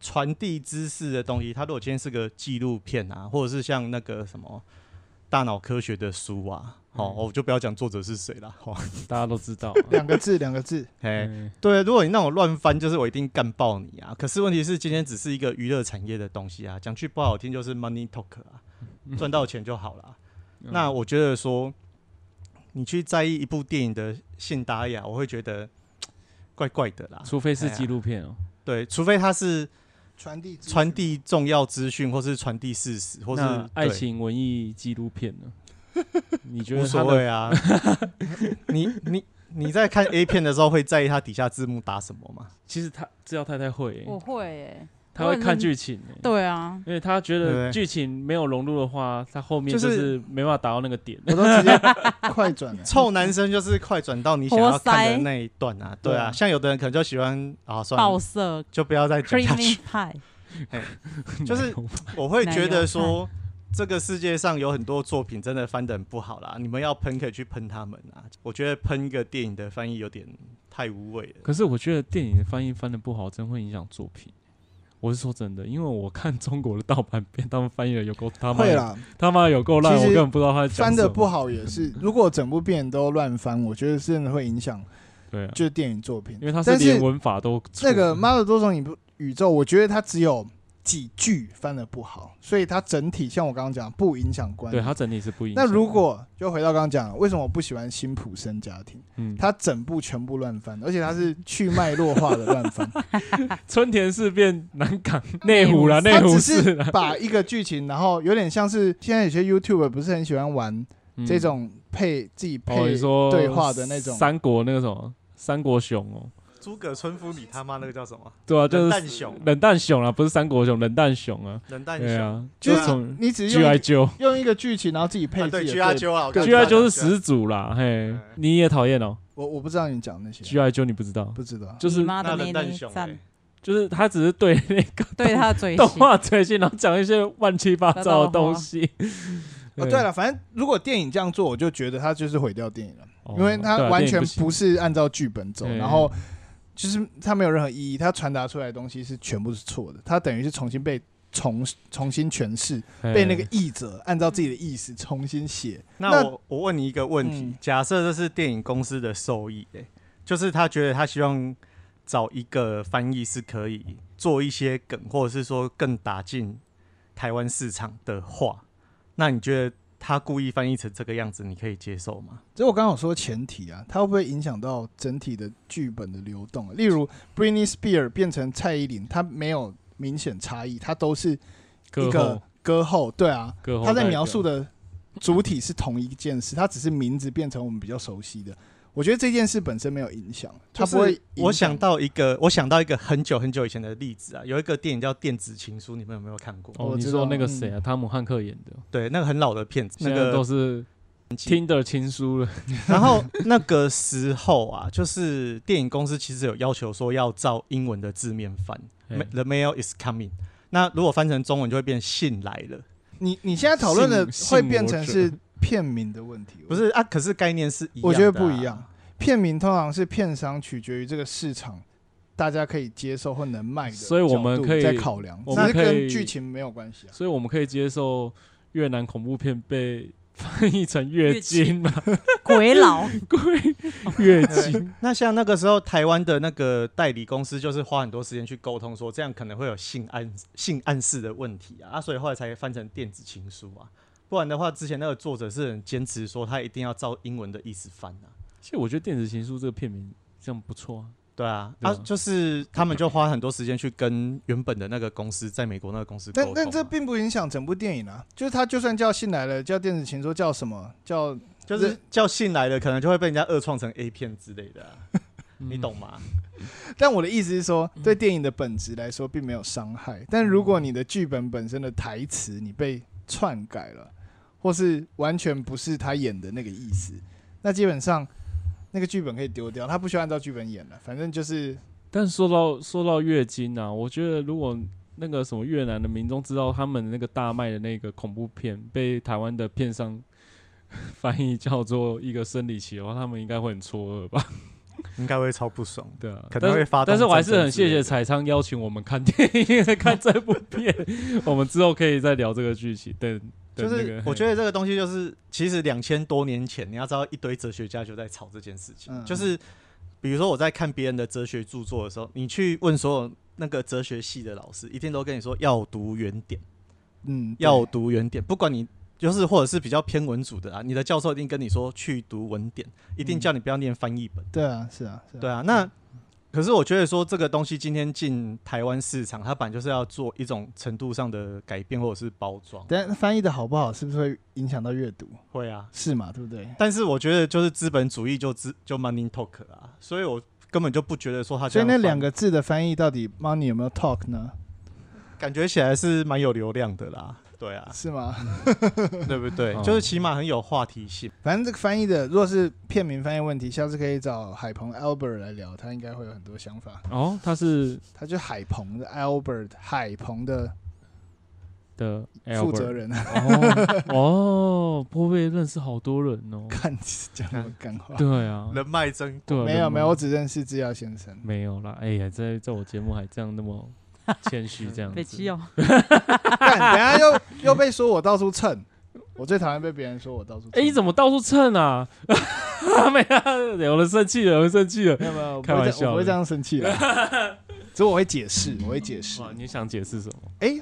传递知识的东西，它如果今天是个纪录片啊，或者是像那个什么大脑科学的书啊，好、嗯我就不要讲作者是谁了，好、大家都知道、啊 两个字，两个字，嘿，嗯对，如果你让我乱翻，就是我一定干爆你啊！可是问题是，今天只是一个娱乐产业的东西啊，讲句不好听就是 money talk 啊，赚到钱就好了。嗯那我觉得说，你去在意一部电影的信达雅，我会觉得怪怪的啦。除非是纪录片哦、对，除非它是传递资讯传递重要资讯，或是传递事实，或是那爱，情文艺纪录片呢？你觉对无得他所的谓啊。 你你你在看 A 片的时候，会在意它底下字幕打什么吗？其实他这道太太会、欸我会耶，他会我看认剧情、欸，对啊，因为他觉对不对得剧情没有融入的话，他后面就就是是没办法达到那个 点。我都直接快转了。臭男生就是快转到你想要看的那一段啊，对对啊，啊像有的人可能就喜欢啊，算爆了，色就不要再讲下 creamy 去。 pie， 就是我会觉得说，这个世界上有很多作品真的翻得很不好啦，你们要喷可以去喷他们啊。我觉得喷一个电影的翻译有点太无谓了。可是我觉得电影的翻译翻的不好，真会影响作品。我是说真的，因为我看中国的盗版片，他们翻译的有够 他妈会的啦，他妈有够烂，其我实根本不知道他在讲翻的什么不，好也是。如果整部片都乱翻，我觉得真的会影响对啊，就是电影作品因。为他但是连文法都错那个《妈的多重宇宇宙》，我觉得它只有几句翻的不好，所以它整体像我刚刚讲，不影响观对影。他整体是不影响那的。如果就回到刚刚讲的，为什么我不喜欢辛普森家庭？嗯，他整部全部乱翻，而且他是去脉络化的乱翻，春田事变、南港、 内湖啦、内嗯他湖只市是啦，把一个剧情，然后有点像是现在有些 YouTube 不是很喜欢玩嗯这种配自己哦，配你说对话的那种，三国那个什么三国熊哦，诸葛村夫，你他妈那个叫什么？对啊，冷就是淡熊，冷淡熊啊啦，不是三国熊，冷淡熊啊，冷淡对熊，啊，就这种是你只 G 用 I 一个 J 用一个剧情，然后自己配啊自对己，G 的 I 对 J 啊，我刚 G I 才讲 J 了是始祖啦，嘿，你也讨厌哦我我不知道你讲那些， ，G I J 你不知道，不知道。就是你妈那的冷内淡内熊赞欸，就是他只是对那个对他的 嘴动型，画推进，然后讲一些乱七八糟的东西。哦，对了，反正如果电影这样做，我就觉得他就是毁掉电影了。哦，因为它对啊完电影全不行不是按照剧本走，对然后就是它没有任何意义，它传达出来的东西是全部是错的，它等于是重新被重重新诠释，被那个译者按照自己的意思重新写。那那我我问你一个问题，嗯假设这是电影公司的受益、欸，就是他觉得他希望找一个翻译是可以做一些梗，或者是说更打进台湾市场的话，那你觉得他故意翻译成这个样子，你可以接受吗？所以我刚刚有说前提啊，它会不会影响到整体的剧本的流动啊、例如 Britney Spears 变成蔡依林，它没有明显差异，它都是一歌个后，歌后，对啊，歌后他在代描表述的主体是同一件事，他只是名字变成我们比较熟悉的。我觉得这件事本身没有影响，它他不会影响。我想到一个，我想到一个很久很久以前的例子啊，有一个电影叫《电子情书》，你们有没有看过？哦，我你知说道嗯那个谁啊，汤姆汉克演的，对，那个很老的片子，那现在都个是 Tinder 亲书了。 然后那个时候啊，就是电影公司其实有要求说要照英文的字面翻哎，“The mail is coming”。那如果翻成中文就会变“信来了你你现在讨论的信会变成信我者是片名的问题”，，不是啊？可是概念是一样、我觉得不一啊样。。片名通常是片商取决于这个市场，大家可以接受或能卖的角度，所以我们可以在考量，我只们是可跟以剧情没有关系啊。所以我们可以接受越南恐怖片被翻译成啊月经嘛？鬼佬，贵月对经，那像那个时候，台湾的那个代理公司就是花很多时间去沟通，说这样可能会有性暗性暗示的问题啊，啊，所以后来才翻成电子情书啊。不然的话，之前那个作者是很坚持说他一定要照英文的意思翻啊。其实我觉得《电子情书》这个片名这样不错啊。对啊，对啊啊，就是他们就花很多时间去跟原本的那个公司，在美国那个公司沟但通啊。但这并不影响整部电影啊，就是它就算叫《信来了》，叫《电子情书》，叫什么叫就是叫信来的，可能就会被人家恶创成 A 片之类的啊、你嗯懂吗？但我的意思是说，对电影的本质来说并没有伤害。但如果你的剧本本身的台词你被篡改了，或是完全不是他演的那个意思，那基本上那个剧本可以丢掉，他不需要按照剧本演了。反正就是但说到说到月经啊，我觉得如果那个什么越南的民众知道他们那个大卖的那个恐怖片被台湾的片商 翻译叫做一个生理期的话，他们应该会很错愕吧？应该会超不爽。对啊，可能但是会发动但是我还是战争很之类谢谢的彩仓邀请我们看电影， 看这部片。我们之后可以再聊这个剧情。等就等那是个，我觉得这个东西就是，其实两千多年前，你要知道一堆哲学家就在吵这件事情。嗯就是比如说我在看别人的哲学著作的时候，你去问所有那个哲学系的老师，一定都跟你说要读原点，嗯，对要读原点，不管你。就是，或者是比较偏文组的啊，你的教授一定跟你说去读文典，一定嗯叫你不要念翻译本。对啊，是啊，是啊对啊，那可是我觉得说这个东西今天进台湾市场，它本来就是要做一种程度上的改变或者是包装。但翻译的好不好，是不是会影响到阅读？会啊，是嘛？对不对？但是我觉得就是资本主义就资就 money talk 啊，所以我根本就不觉得说他所这以样那放，两个字的翻译到底 money 有没有 talk 呢？感觉起来是蛮有流量的啦。对 啊，是吗？对不对哦？就是起码很有话题性。反正这个翻译的，如果是片名翻译问题，下次可以找海鹏 Albert 来聊，他应该会有很多想法。哦，他是他就海鹏的 Albert 海鹏的的负责 Albert 人，啊哦哦，波贝认识好多人 哦。看讲什么干话？对啊，人脉真对啊，没有人脉没有，我只认识制药先生。没有啦。哎呀，在在我节目还这样那么谦虚这样 北子七， 哦，干，等一下又 又被说我到处蹭，我最讨厌被别人说我到处蹭。哎，你怎么到处蹭啊？ 没有，有人生气了，有人生气了。没有没有，我不开会玩这样笑我不会这样生气的。 只是我会解释，我会解释。哇，你想解释什么？哎，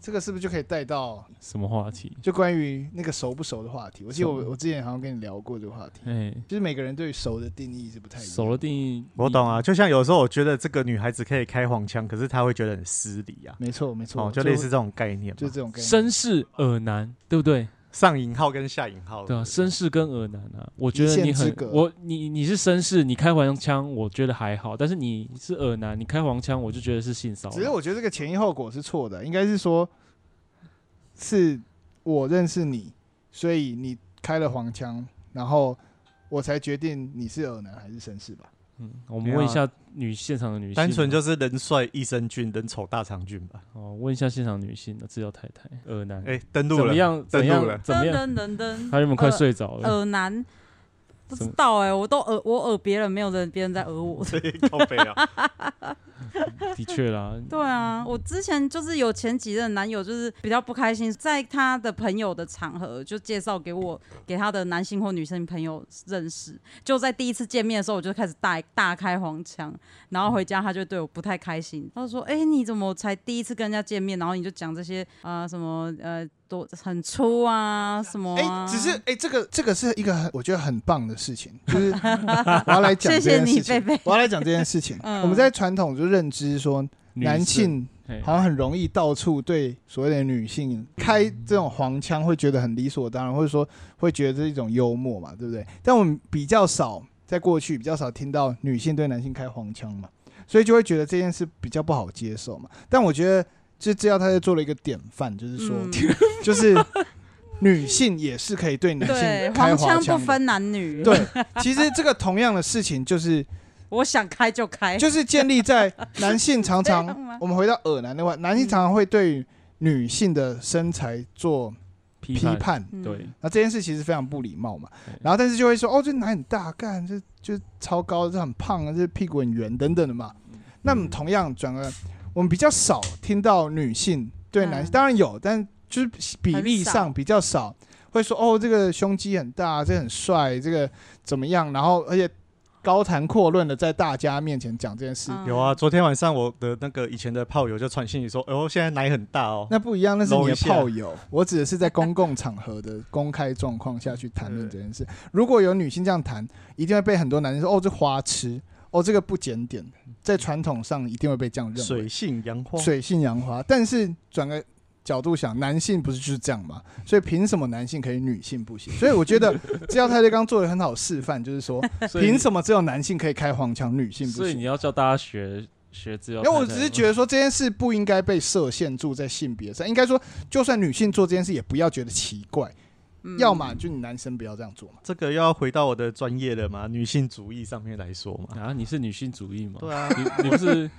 这个是不是就可以带到什么话题？就关于那个熟不熟的话题？我记得熟我我之前好像跟你聊过这个话题，哎，就是每个人对于熟的定义是不太一样。手的定义，我懂啊，就像有时候我觉得这个女孩子可以开黄腔，可是她会觉得很失礼啊。没错没错哦，，就类似这种概念就嘛，这种概念。绅士耳男，对不对？上引号跟下引号。对啊，不对绅士跟耳男啊，我觉得哦一线你之很隔我你你是绅士，你开黄腔，我觉得还好，但是你是耳男，你开黄腔，我就觉得是性骚只是扰。我觉得这个前因后果是错的，应该是说，是我认识你，所以你开了黄腔，然后我才决定你是耳男还是绅士吧。嗯，我们没有问一啊下女现场的女性啊，单纯就是人帅益生菌，人丑大肠菌吧。哦，问一下现场女性的治疗太太，耳男，哎，登录怎了么，样？登怎录样呃了？怎么噔样？噔噔噔，他原本快睡着了，耳男。不哦什知么道哎、我都耳我耳别人，没有人别人在耳我。对， 靠背啊，的确啦，呃对啊，我之前就是有前几任男友，就是比较不开心，在他的朋友的场合就介绍给我给他的男性或女性朋友认识，就在第一次见面的时候，我就开始大大开黄腔，然后回家他就对我不太开心，他就说：“哎、你怎么才第一次跟人家见面，然后你就讲这些啊、呃什么呃多很粗啊什么哎、啊、只是哎、这个这个是一个很我觉得很棒的事情，就是我要来讲这谢谢件事你，情贝。贝。我要来讲这件事情。嗯我们在传统就认知说，女男性性嘿好像很容易到处对所谓的女性开嗯这种黄腔，会觉得很理所当然，或者说会觉得这是一种幽默嘛，对不对？但我们比较少在过去比较少听到女性对男性开黄腔嘛，所以就会觉得这件事比较不好接受嘛。但我觉得就这样，他就做了一个典范，就是说，嗯 就是女性也是可以对男对性，开黄黄腔腔不的。分男女，对，其实这个同样的事情就是我想开就开，就是建立在男性常 这样吗常，我们回到耳男的话，男性常常会对女性的身材做批批判，判，嗯对，那这件事其实非常不礼貌嘛对。然后但是就会说，哦，这奶很大，干这就超高，这很胖，这屁股很圆等等的嘛。那么同样转而，我们比较少听到女性对男性，嗯当然有，但就是比例很上少比较少，会说哦，这个胸肌很大，这个很帅，这个怎么样？然后而且高谈阔论的在大家面前讲这件事，嗯有啊，，昨天晚上我的那个以前的炮友就传信息说，哦，现在奶很大哦。那不一样，那是你搂一的下炮友。我指的是在公共场合的公开状况下去谈论这件事。如果有女性这样谈，一定会被很多男生说：“哦，这花痴，哦，这个不检点。”在传统上一定会被这样认为 水，性杨花，水性杨花。但是转个角度想，男性不是就是这样吗？所以凭什么男性可以，女性不行？所以我觉得 这道太对刚做的很好示范，就是说，所嗯以凭什么只有男性可以开黄腔，女性不所以行你？要叫大家学学资料因太为太吗。我只是觉得说这件事不应该被设限住在性别上，应该说就算女性做这件事也不要觉得奇怪，嗯要么就你男生不要这样做嘛。这个又要回到我的专业了嘛，女性主义上面来说嘛。啊，你是女性主义吗？对啊，你你不是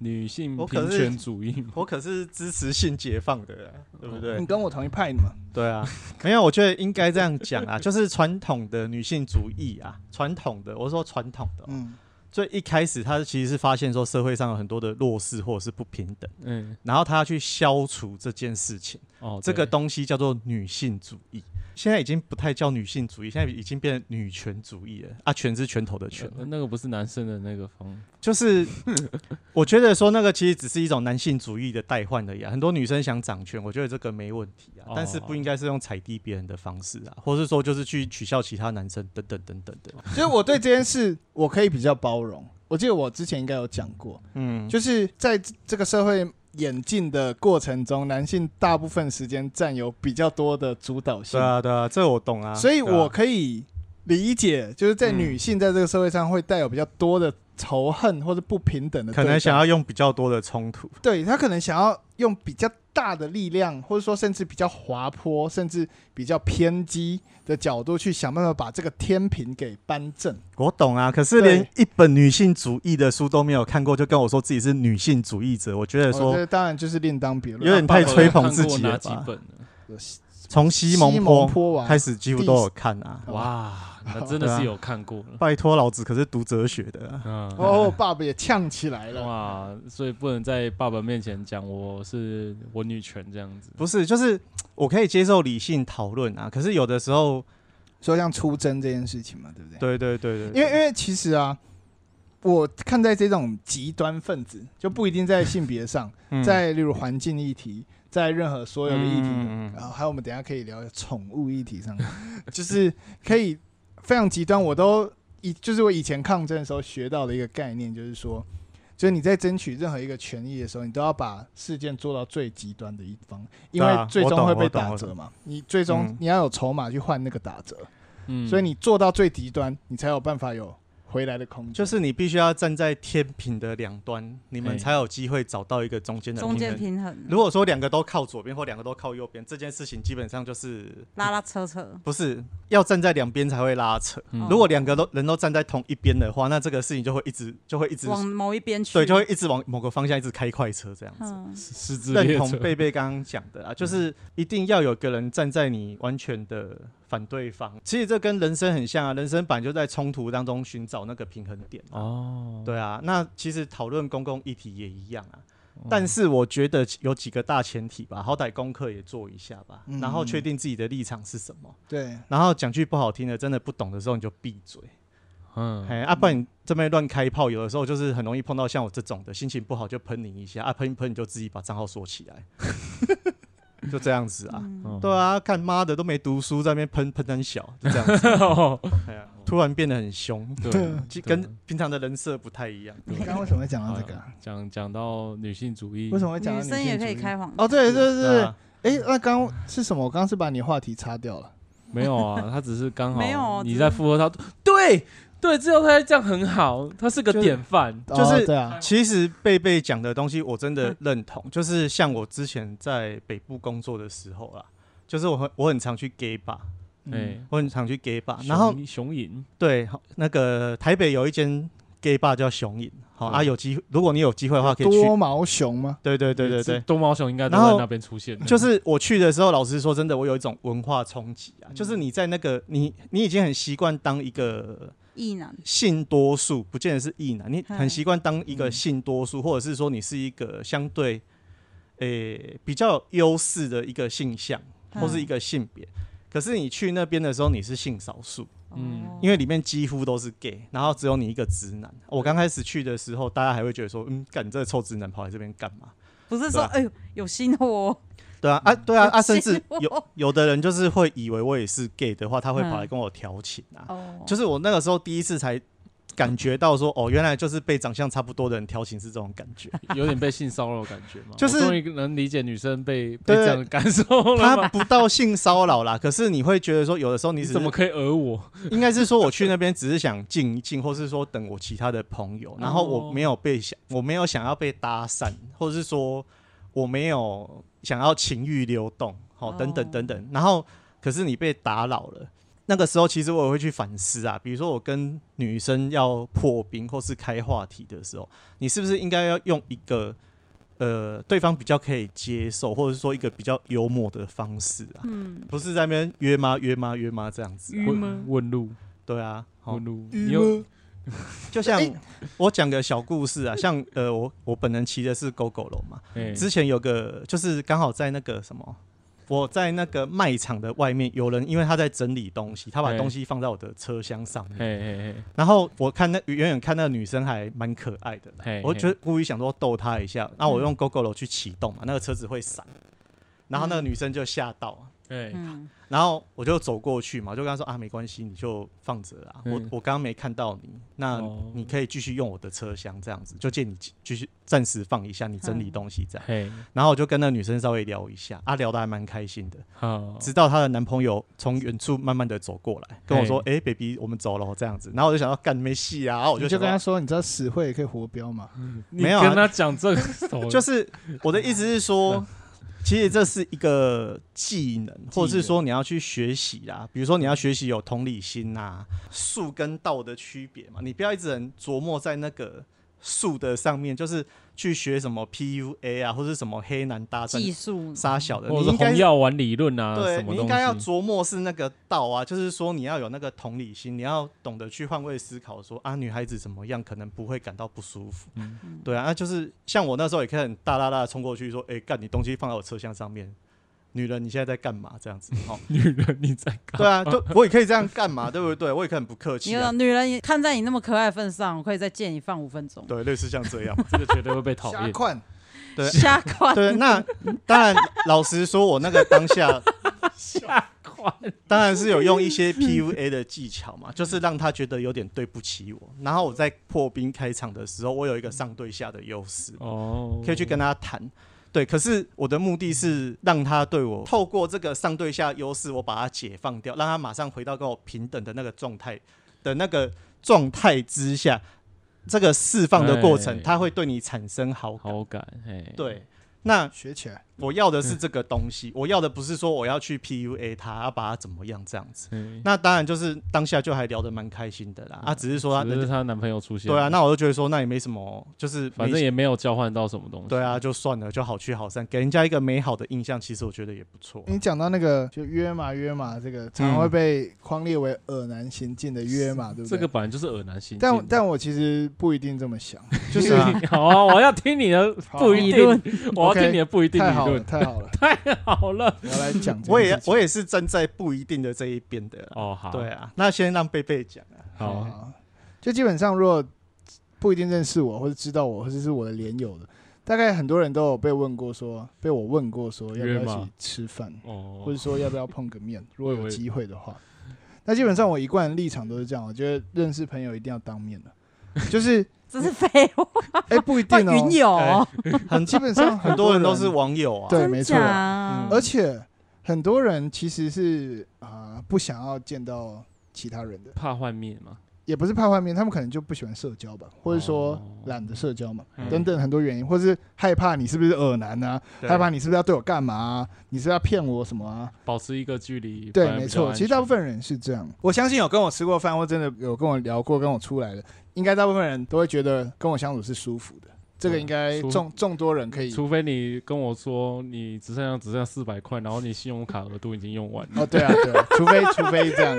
女性我可平是权主义吗？我可是支持性解放的啦，对不对你？跟我同一派嘛？对啊， 没有，我觉得应该这样讲啊， 就是传统的女性主义啊，传统的，我说传统的哦、嗯，最一开始她其实是发现说社会上有很多的弱势或者是不平等，嗯，然后她要去消除这件事情，哦，这个对东西叫做女性主义。现在已经不太叫女性主义，现在已经变成女权主义了啊！拳是拳头的拳，呃那个不是男生的那个方，就是我觉得说那个其实只是一种男性主义的代换而已、啊。很多女生想掌权，我觉得这个没问题啊，哦但是不应该是用踩低别人的方式啊，或是说就是去取笑其他男生等等等等的。嗯所以我对这件事我可以比较包容。我记得我之前应该有讲过，嗯，就是在这个社会演进的过程中，男性大部分时间占有比较多的主导性对，啊对啊，这我懂啊。所以对啊嗯我可以理解，就是在女性在这个社会上会带有比较多的仇恨或者不平等的可对待能想要用比较多的冲突，对他可能想要用比较大的力量，或者说甚至比较滑坡，甚至比较偏激的角度去想办法把这个天平给扳正。我懂啊。可是对连一本女性主义的书都没有看过，就跟我说自己是女性主义者，我觉得我觉说得哦当然就是另当别论，啊有点太吹捧自看己过哪了几吧。本呢？从西蒙西蒙坡坡啊娃开始，几乎都有看啊。哇，那真的是有看过了。拜托，老子可是读哲学的啊。嗯，哦，爸爸也呛起来了。哇，所以不能在爸爸面前讲我是我女权这样子。不是，就是我可以接受理性讨论啊，可是有的时候，说像出征这件事情嘛，对不对？对对对对，因为因为其实啊，我看在这种极端分子，就不一定在性别上，为在例如环境议题，在任何所有的议题，嗯嗯嗯然后还有我们等一下可以聊宠物议题上，就是可以非常极端。我都以就是我以前抗争的时候学到的一个概念，就是说，就是你在争取任何一个权益的时候，你都要把事件做到最极端的一方，因对为啊最我懂终会我被懂打我折懂嘛。你最终嗯你要有筹码去换那个打折，嗯，所以你做到最极端，你才有办法有回来的空间。就是你必须要站在天平的两端，你们嘿才有机会找到一个中间的中平间衡。平衡，如果说两个都靠左边或两个都靠右边，这件事情基本上就是拉拉扯扯，不是要站在两边才会拉扯。嗯哦如果两个都人都站在同一边的话，那这个事情就会一直就会一直往某一边去，对，就会一直往某个方向一直开快车这样子。嗯，失之认列嗯同者贝贝刚刚讲的啦，啊就是一定要有个人站在你完全的反对方。其实这跟人生很像啊，人生本来就在冲突当中寻找那个平衡点啊。哦，对啊，那其实讨论公共议题也一样啊。哦但是我觉得有几个大前提吧，好歹功课也做一下吧，嗯然后确定自己的立场是什么，对，然后讲句不好听的，真的不懂的时候你就闭嘴，嗯，哎、啊，不然你这边乱开炮，有的时候就是很容易碰到像我这种的，心情不好就喷你一下，啊，喷一喷你就自己把账号锁起来，就这样子啊。嗯对啊，干妈的都没读书，在那边喷喷很小，就这样子，哎呀突然变得很凶，哦对，啊其对啊跟平常的人设不太一样。你刚刚为什么会讲到这个啊？讲讲到女性主义，为什么会讲到女生也性可以主义开黄哦，对对对嗯对对啊，，哎、那刚刚是什么？我刚刚是把你话题擦掉了。没有啊？他只是刚好没有你只在是附和他，对对，只有他这样很好，他是个就是典范。就是哦对啊，其实贝贝讲的东西我真的认同，就是像我之前在北部工作的时候啦，啊就是我很我很常去 gay bar，嗯哎，我很常去 gay bar，然后雄雄影对好那个台北有一间 gay bar 叫雄影，好啊，嗯有机如果你有机会的话可以去，多毛熊吗？对对对对是对。多毛熊应该都然在后那边出现的，就是我去的时候，老实说，真的，我有一种文化冲击啊！就是你在那个你你已经很习惯当一个异男，性多数，不见得是异男，你嗨很习惯当一个性多数，或者是说你是一个相对，诶、比较有优势的一个性向嗯或是一个性别。可是你去那边的时候，你是性少数，哦嗯因为里面几乎都是 gay，然后只有你一个直男。我刚开始去的时候，大家还会觉得说，嗯，干你这个臭直男跑来这边干嘛？不是说对啊哎呦有新货哦，对啊，啊，对啊，啊，有哦甚至些我有有的人就是会以为我也是 gay 的话，他会跑来嗯跟我调情啊。哦就是我那个时候第一次才感觉到说，哦，原来就是被长相差不多的人调情是这种感觉。 有点被性骚扰的感觉嘛。就是我终于能理解女生被被对这样的感受了他吧。不到性骚扰啦，可是你会觉得说，有的时候你 你只怎么是可以讹我？ 应该是说我去那边只是想静一静，或是说等我其他的朋友，然后我没有被想，我没有想要被搭讪，或是说我没有想要情欲流动，好、哦等等等等。然后可是你被打扰了。那个时候，其实我也会去反思啊，比如说我跟女生要破冰或是开话题的时候，你是不是应该要用一个呃对方比较可以接受，或者是说一个比较幽默的方式啊？嗯，不是在那边约吗？约吗？约吗？这样子、啊嗯，吗问问路，对啊，好问，路，你鱼又吗就像哎我讲个小故事啊，像呃，我我本人骑的是狗狗龙嘛，哎之前有个就是刚好在那个什么，我在那个卖场的外面，有人因为他在整理东西，他把哎东西放在我的车厢上哎面，哎然后我看那远远看那个女生还蛮可爱的啦，哎，我嘿就故意想说逗她一下，那我用 GoGo 楼去启动嘛，那个车子会闪，然后那个女生就吓到啊，嘿哎嗯然后我就走过去嘛，就跟他说啊，没关系，你就放着啦。我嗯我刚刚没看到你，那哦你可以继续用我的车厢这样子，就借你继继续暂时放一下，你整嗯理东西这样。嘿，然后我就跟那女生稍微聊一下，啊，聊得还蛮开心的。好，直到她的男朋友从远处慢慢的走过来，跟我说：“哎、b a b y 我们走了。”这样子，然后我就想到干没戏啊，然后我你就就跟想他说说，你知道死会也可以活标嘛？你没有啊跟他讲 这个什么，就是我的意思是说哦嗯，其实这是一个技能，或者技是能说你要去学习啦。比如说你要学习有同理心呐、术跟道的区别嘛。你不要一直很琢磨在那个术的上面，就是去学什么 PUA 啊，或是什么黑男搭技讪、术杀小的。或你者是应该红药丸理论啊，对什么你应东该要西，琢磨是那个道啊，就是说你要有那个同理心，你要懂得去换位思考说啊，女孩子怎么样可能不会感到不舒服。嗯对啊，那就是像我那时候也可以很大大大的冲过去说，哎、干你东西放在我车厢上面，女人你现在在干嘛？这样子 哦，女人你 在干对啊，就我也可以这样干嘛，对不对？我也可以很不客你气、有啊，女人也看在你那么可爱的份上，我可以再借你放五分钟。对，类似像这样。嘛？这个绝对会被讨瞎厌。款，对瞎夸对，那当然，老实说，我那个当下下款， 当然是有用 一嗯些 PUA 的技巧嘛，就是让他觉得有点对不起我。然后我在破冰开场的时候，我有一个上对下的优势，哦，可以去跟他谈。对，可是我的目的是让他对我透过这个上对下优势，我把他解放掉，让他马上回到跟我平等的那个状态的那个状态之下，这个释放的过程哎，他会对你产生好感。好感，哎，对，那学起来。我要的是这个东西，我要的不是说我要去 PUA 他，要把他怎么样这样子。嘿，那当然就是当下就还聊得蛮开心的啦，啊，只是说他只是她男朋友出现，对啊，，那我就觉得说那也没什么，就是反没正也没有交换到什么东西，对啊，就算了，就好聚好散，给人家一个美好的印象，其实我觉得也不错。你讲到那个就约嘛约嘛，这个常常会被框列为恶男行径的约嘛，对不这对个？本来就是耳男心境，但但我其实不一定这么想，就是 好啊，我要听你的好不一理论定， 我要听你的不一定太理好了，论，太好了，太好了。我要来讲这件事情。我也我也是站在不一定的这一边的啦。哦，好，对，啊，那先让贝贝讲啊。好，啊，就基本上如果不一定认识我，或者知道我，或者是我的连友的，大概很多人都有被问过说，被我问过说要不要约一吗起吃饭，哦，或者说要不要碰个面，如果我以有为机会的话。那基本上我一贯的立场都是这样，我觉得认识朋友一定要当面的，就是这是废话，哎、不一不定然云哦，友哦哎很基本上很多多人都是网友啊。对，真没错假，啊嗯而且很多人其实是啊、不想要见到其他人的，怕幻灭嘛，也不是怕外面，他们可能就不喜欢社交吧，或者哦说懒得社交嘛，嗯等等很多原因，或是害怕你是不是恶男啊，对害怕你是不是要对我干嘛啊，你是不是要骗我什么啊？保持一个距离。对反，而没比较错，安其实大全部分人是这样。我相信有跟我吃过饭或真的有跟我聊过、跟我出来的，应该大部分人都会觉得跟我相处是舒服的。这个应该嗯舒众众多人可以。除非你跟我说你只剩下只剩下四百块，然后你信用卡额度已经用完 了。哦，对啊，对啊，除非除非这样，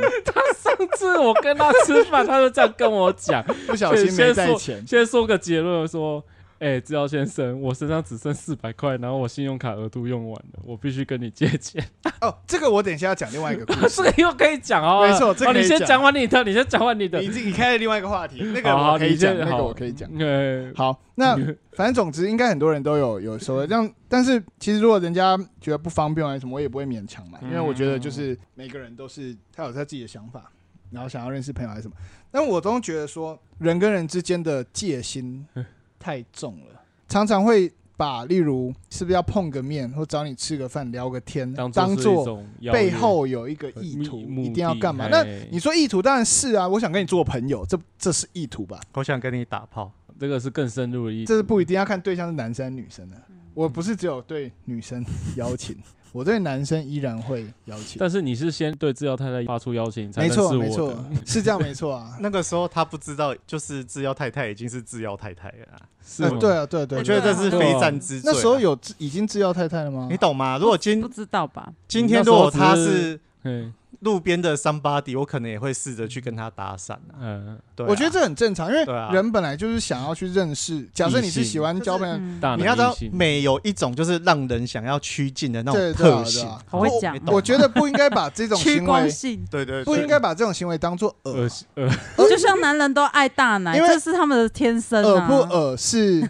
上次我跟他吃饭，他就这样跟我讲。不小心没带钱。 先说个结论，说，哎、志尧先生，我身上只剩四百块，然后我信用卡额度用完了，我必须跟你借钱。哦，这个我等一下要讲另外一个故 这 事。个又可以讲哦。没错这个哦、可以你先讲讲完你的，你先讲完你的你。自己开了另外一个话题，那个好好我可以你先讲，那个好我可以讲。呃，好， 那反正总之应该很多人都有有所谓这样，但是其实如果人家觉得不方便啊什么，我也不会勉强嗯嘛，因为我觉得就是每个人都是他有他自己的想法，然后想要认识朋友还是什么，但我都觉得说人跟人之间的戒心嗯太重了，常常会把例如是不是要碰个面或找你吃个饭聊个天，当当做做背后有一个意图，目一定要干嘛？目的哎那嘿你说意图当然是啊，我想跟你做朋友，这这是意图吧？我想跟你打炮，这个是更深入的意思。这是不一定要看对象是男生还是女生的、啊嗯我不是只有对女生邀请， 我对男生依然会邀请。但是你是先对志尧太太发出邀请，才没认识我错，的。没错， 是这样，没错啊。那个时候他不知道，就是制药太太已经是制药太太了啊。是呃吗对啊，对啊对啊，我觉得这是非对战啊之罪啊。那时候有已经制药太太了吗？你懂吗？如果今不知道吧？今天如果他那时候只是嗯路边的 somebody，我可能也会试着去跟他搭讪啊。嗯，对啊，我觉得这很正常，因为对啊人本来就是想要去认识。假设你是喜欢交朋友，嗯，大你要知道男异性美有一种就是让人想要趋近的那对种对啊特对性啊，，好会讲你哦懂我吗我觉得不应该把 这种趋行光为，性，对对，对不应该把这种行为当做 恶恶心恶就像男人都爱大奶，嗯因为这是他们的天生恶啊。不恶是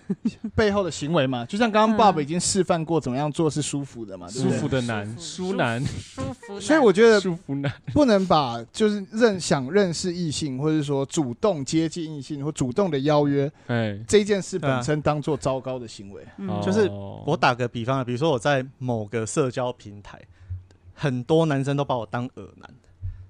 背后的行为嘛？就像刚刚嗯 Bob 已经示范过怎么样做是舒服的嘛，对不舒对服的男，舒舒服男，舒服所以我觉得 舒服男。不能把就是认想认识异性，或者说主动接近异性或主动的邀约哎，这件事本身当做糟糕的行为。嗯就是我我打个比方啊，比如说我在某个社交平台，很多男生都把我当恶男，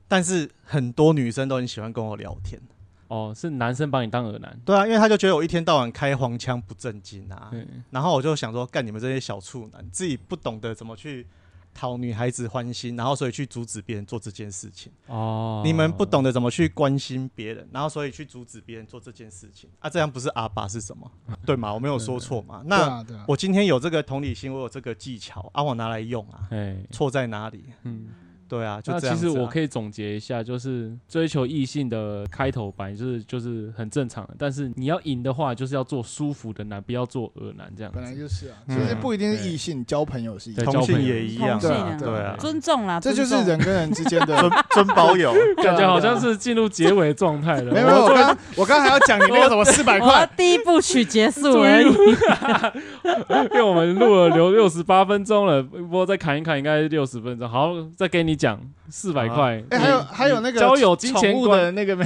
但是很多女生都很喜欢跟我聊天。哦，是男生把你当耳男，对啊，因为他就觉得我一天到晚开黄腔不正经啊。对，然后我就想说，干你们这些小处男，自己不懂得怎么去讨女孩子欢心，然后所以去阻止别人做这件事情。哦，你们不懂得怎么去关心别人，然后所以去阻止别人做这件事情啊，这样不是阿爸是什么？对吗？我没有说错嘛？对那啊，对啊，嗯我今天有这个同理心，我有这个技巧啊，我拿来用啊，哎，错在哪里？嗯，对啊，就那这样、其子实我以，可以总结一下，就是追求异性的开头白就是就是很正常的，但是你要赢的话，就是要做舒服的男，不要做恶男这样本来子。就是啊，其嗯实不一定是异性交朋友是一对样，同交性朋友也一样，同对性啊啊，对啊，尊重啦，这就是尊重人跟人之间的。尊保友，感觉好像是进入结尾状态 了。没有，没有，我我刚我刚还要讲你那个什么四百我要块，第一部曲 结束而已。因为我们录了留六十八分钟了，不过再砍一砍应该六十分钟。好，再给你讲四啊百块。哎，还有还有那个交友金钱宠物的观那个没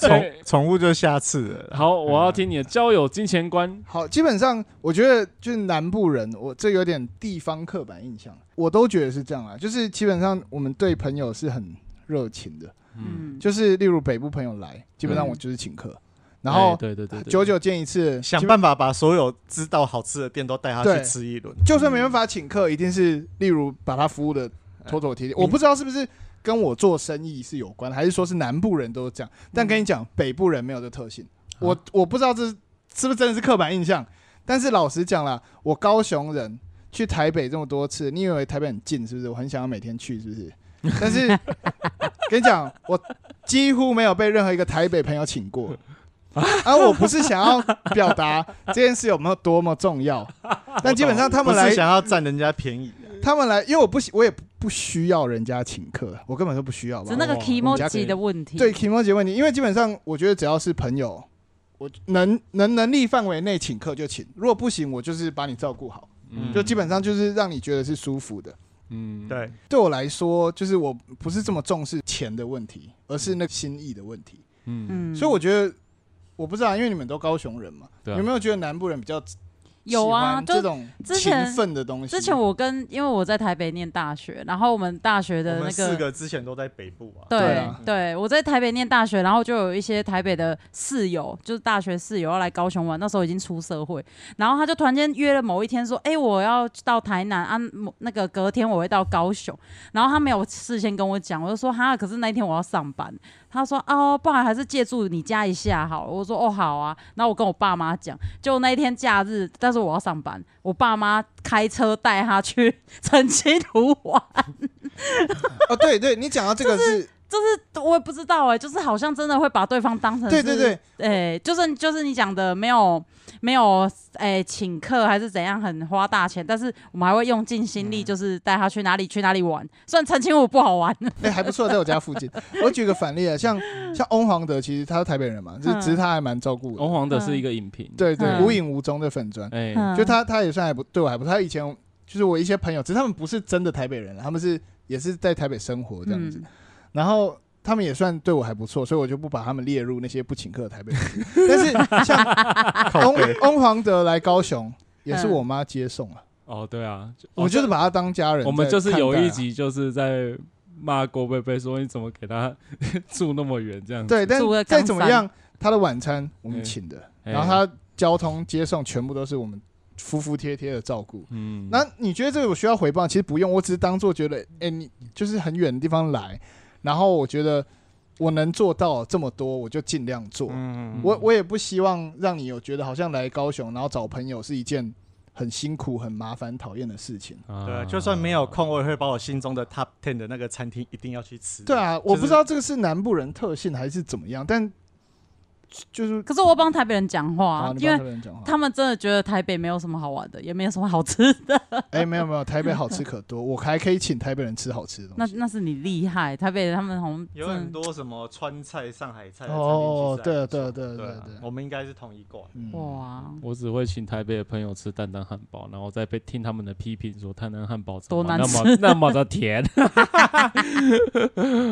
对宠宠物就下次了。好，我要听嗯你的交友金钱观。好，基本上我觉得就是南部人，我这有点地方刻板印象，我都觉得是这样啊，就是基本上我们对朋友是很热情的，嗯，嗯，就是例如北部朋友来，基本上我就是请客， 然后哎对对对，对久久见一次，想基本办法把所有知道好吃的店都带他对去吃一轮。就算没办法请客，一定是例如把他服务的哎妥妥帖帖。我不知道是不是跟我做生意是有关，还是说是南部人都这样。但跟你讲，北部人没有这特性。嗯我我不知道这是是不是真的是刻板印象，但是老实讲啦，我高雄人去台北这么多次，你以为台北很近是不是？我很想要每天去是不是？但是跟你讲，我几乎没有被任何一个台北朋友请 过。而、我不是想要表达这件事有没有多么重 要，但基本上他们不来是想要占人家便宜，他们来，因为我不喜，我也不不需要人家请客，我根本就不需要吧只是。那个哦 k i 我 m o 们家 j i 的问题。对 k i m o j i 问题，因为基本上我觉得只要是朋友，我能能能力范围内请客就请，如果不行，我就是把你照顾好，嗯就基本上就是让你觉得是舒服的。嗯，对，对我来说，就是我不是这么重视钱的问题，而是那个心意的问题。嗯，嗯，啊所以我觉得，我不知道，因为你们都高雄人嘛，对啊有没有觉得南部人比较有啊，喜欢这就种之前勤奋的东西。之前我跟因为我在台北念大学，然后我们大学我的们那四个之前都在北部啊。对对啊对，我在台北念大学，然后就有一些台北的室友，就是大学室友要来高雄玩，那时候已经出社会，然后他就突然间约了某一天说，哎、我要到台南啊，某那个隔天我会到高雄，然后他没有事先跟我讲，我就说哈，可啊是那一天我要上班，他说哦，不然还是借住你家一下好了，我说哦好啊，然后我跟我爸妈讲，就那一天假日，但是我要上班，我爸妈开车带他去 澄清湖玩。哦，对对，你讲到这个是，就是我也不知道哎、就是好像真的会把对方当成对对对，对，哎、就是就是你讲的没有没有哎、请客还是怎样很花大钱，但是我们还会用尽心力，就是带他去哪里去哪里玩。虽然澄清湖不好玩，哎，还不错，在我家附近。我举个反例啊，像像翁黄德，其实他是台北人嘛，就是嗯只是他还蛮照顾红我，哦黄的是一个影评，，对对，嗯无影无踪的粉砖，哎，嗯就他他也算还不对我还不错，他以前就是我一些朋友，只是他们不是真的台北人啊，他们是也是在台北生活这样子，嗯然后。他们也算对我还不错，所以我就不把他们列入那些不请客的台北人。 但是像翁翁黄德来高雄，也是嗯我妈接送啊，哦，对啊，我就是把他当家人在看待啊。我们就是有一集就是在骂郭贝贝说你怎么给他 住那么远这样子，对，但住了再冈怎么山样，他的晚餐我们嗯请的，哎然后他交通接送全部都是我们服服帖帖的照顾。嗯，那你觉得这个我需要回报？其实不用，我只是当做觉得，哎、你就是很远的地方来，然后我觉得我能做到这么多，我就尽量做。嗯，我我也不希望让你有觉得好像来高雄，然后找朋友是一件很辛苦、很麻烦、讨厌的事情。对啊，就算没有空，我也会把我心中的 top ten 的那个餐厅一定要去吃。对啊，就是我不知道这个是南部人特性还是怎么样，但就是可是我帮台北人讲话、好，你啊因帮为这边讲话。他们真的觉得台北没有什么好玩的，也没有什么好吃的。哎、没有没有，台北好吃可多，我还可以请台北人吃好吃的那东西。那是你厉害，台北人他们好像有很真的多什么川菜、上海菜的餐厅哦其，实还对对不错对对对啊对，我们应该是同一挂的。嗯，哇。我只会请台北的朋友吃蛋蛋汉堡，然后再被听他们的批评说台南汉堡怎么多难那么那么 的甜。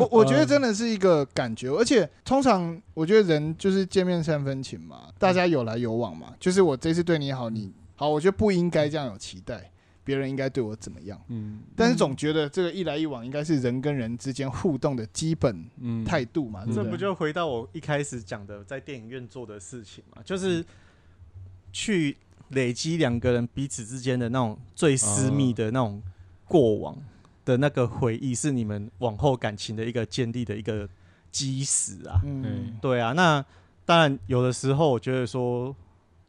我我觉得真的是一个感觉，而且通常我觉得人就是见面三分情嘛，大家有来有往嘛，就是我这次对你好，你好，我觉得不应该这样有期待，别人应该对我怎么样，嗯但是总觉得这个一来一往应该是人跟人之间互动的基本嗯，态度嘛，嗯对这对不就回到我一开始讲的在电影院做的事情嘛？就是去累积两个人彼此之间的那种最私密的那种过往的那个回忆，是你们往后感情的一个建立的一个基石啊。嗯，对啊，那当然有的时候我觉得说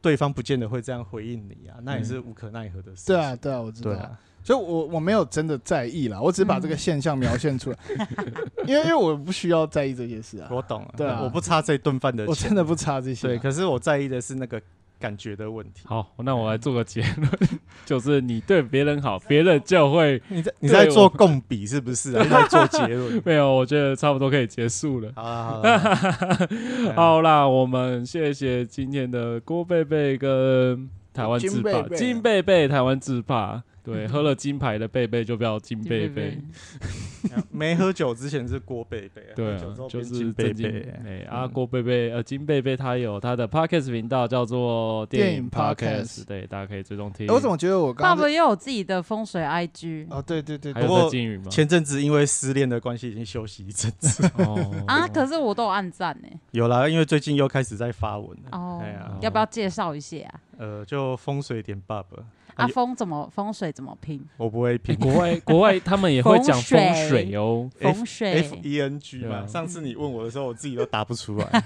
对方不见得会这样回应你啊，那也是无可奈何的事情。嗯对啊，对啊，我知道对。啊，所以我我没有真的在意啦，我只是把这个现象描现出来， 因为因为我不需要在意这些事 啊，我懂啊，对啊我不差这顿饭的我钱真的不差这些啊、对，可是我在意的是那个感觉的问题。好，那我来啊做个结论， 就是你对别人好，别人就会。你在你在做共比是不 是、啊？你在做结论没有。我觉得差不多可以结束了。好了 好 了，好啦，我们谢谢今天的郭贝贝跟台湾制霸金贝贝金贝贝台湾制霸。对，喝了金牌的贝贝就不要金嗯贝贝。没喝酒之前是郭贝贝，对喝酒啊之后，就变是金贝嗯郑经贝。哎，啊，郭贝贝，呃，金贝贝他有他的 podcast 频道叫做电电影影 podcast podcast，对，大家可以追踪听。欸我怎么觉得我爸刚爸刚也有自己的风水 IG 哦，对对对还对有不过在金鱼吗？ 前阵子因为失恋的关系，已经休息一阵子。哦啊，可是我都有按赞欸呢、有啦，因为最近又开始在发文了。哦哎呀，要不要介绍一下啊？呃，就风水点 bug，啊，哎呦风怎么风水怎么拼？我不会欸拼国外国外他们也会讲风风水水哦。 F- 风 F 水 E N G 对嘛。啊上次你问我的时候，我自己都答不出 来。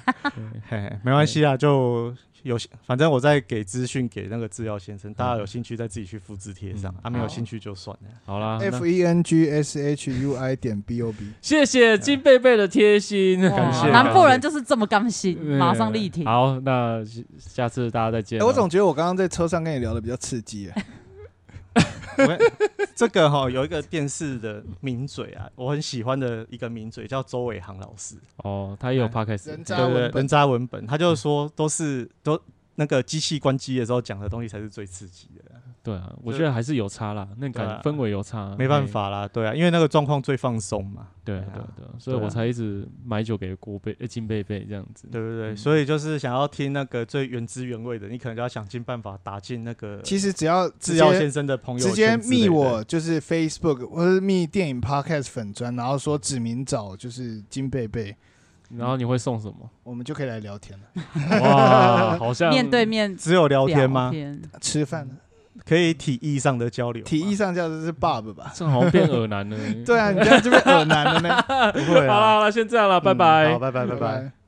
嘿，没关系啊，就有反正我在给资讯给那个制药先生，大家有兴趣再自己去复制贴上嗯，啊没有好兴趣就算了。 好啦，那 F E N G S H U I 点 B O B。谢谢金贝贝的贴心，哇感谢南部人就是这么刚性，对马上力挺。好，那下下次大家再见啊啊哎、啦。我总觉得我刚刚在车上跟你聊的比较刺激、哎我这个哈、有一个电视的名嘴啊，我很喜欢的一个名嘴叫周伟航老师，哦，他也有哎 podcast，人渣对文对本对，人渣文本，他就说都是都那个机器关机的时候讲的东西才是最刺激的啊，对啊，我就觉得还是有差啦，那对感啊氛围有差，没办嘿法啦，对啊，因为那个状况最放松嘛，对对对啊对，所以对我啊才一直买酒给郭贝、呃金贝贝这样子。对不对？嗯所以就是想要听那个最原汁原味的，你可能就要想尽办法打进那个其实只要直制药接先生的朋友直接圈之类密的我，就是 Facebook 或者密电影 Podcast 粉砖，然后说指名找就是金贝贝，然后你会送什么？我们就可以来聊天了，哇，好像面对面只有聊天吗？吃饭了。可以体意上的交流嗯吗，体意上叫的是 Bob 吧？这好像 变耳男了啊。对啊，你这样就被耳男了呢。不会好啦啊， 好啦，先这样了，拜嗯好，拜。拜拜，拜拜。。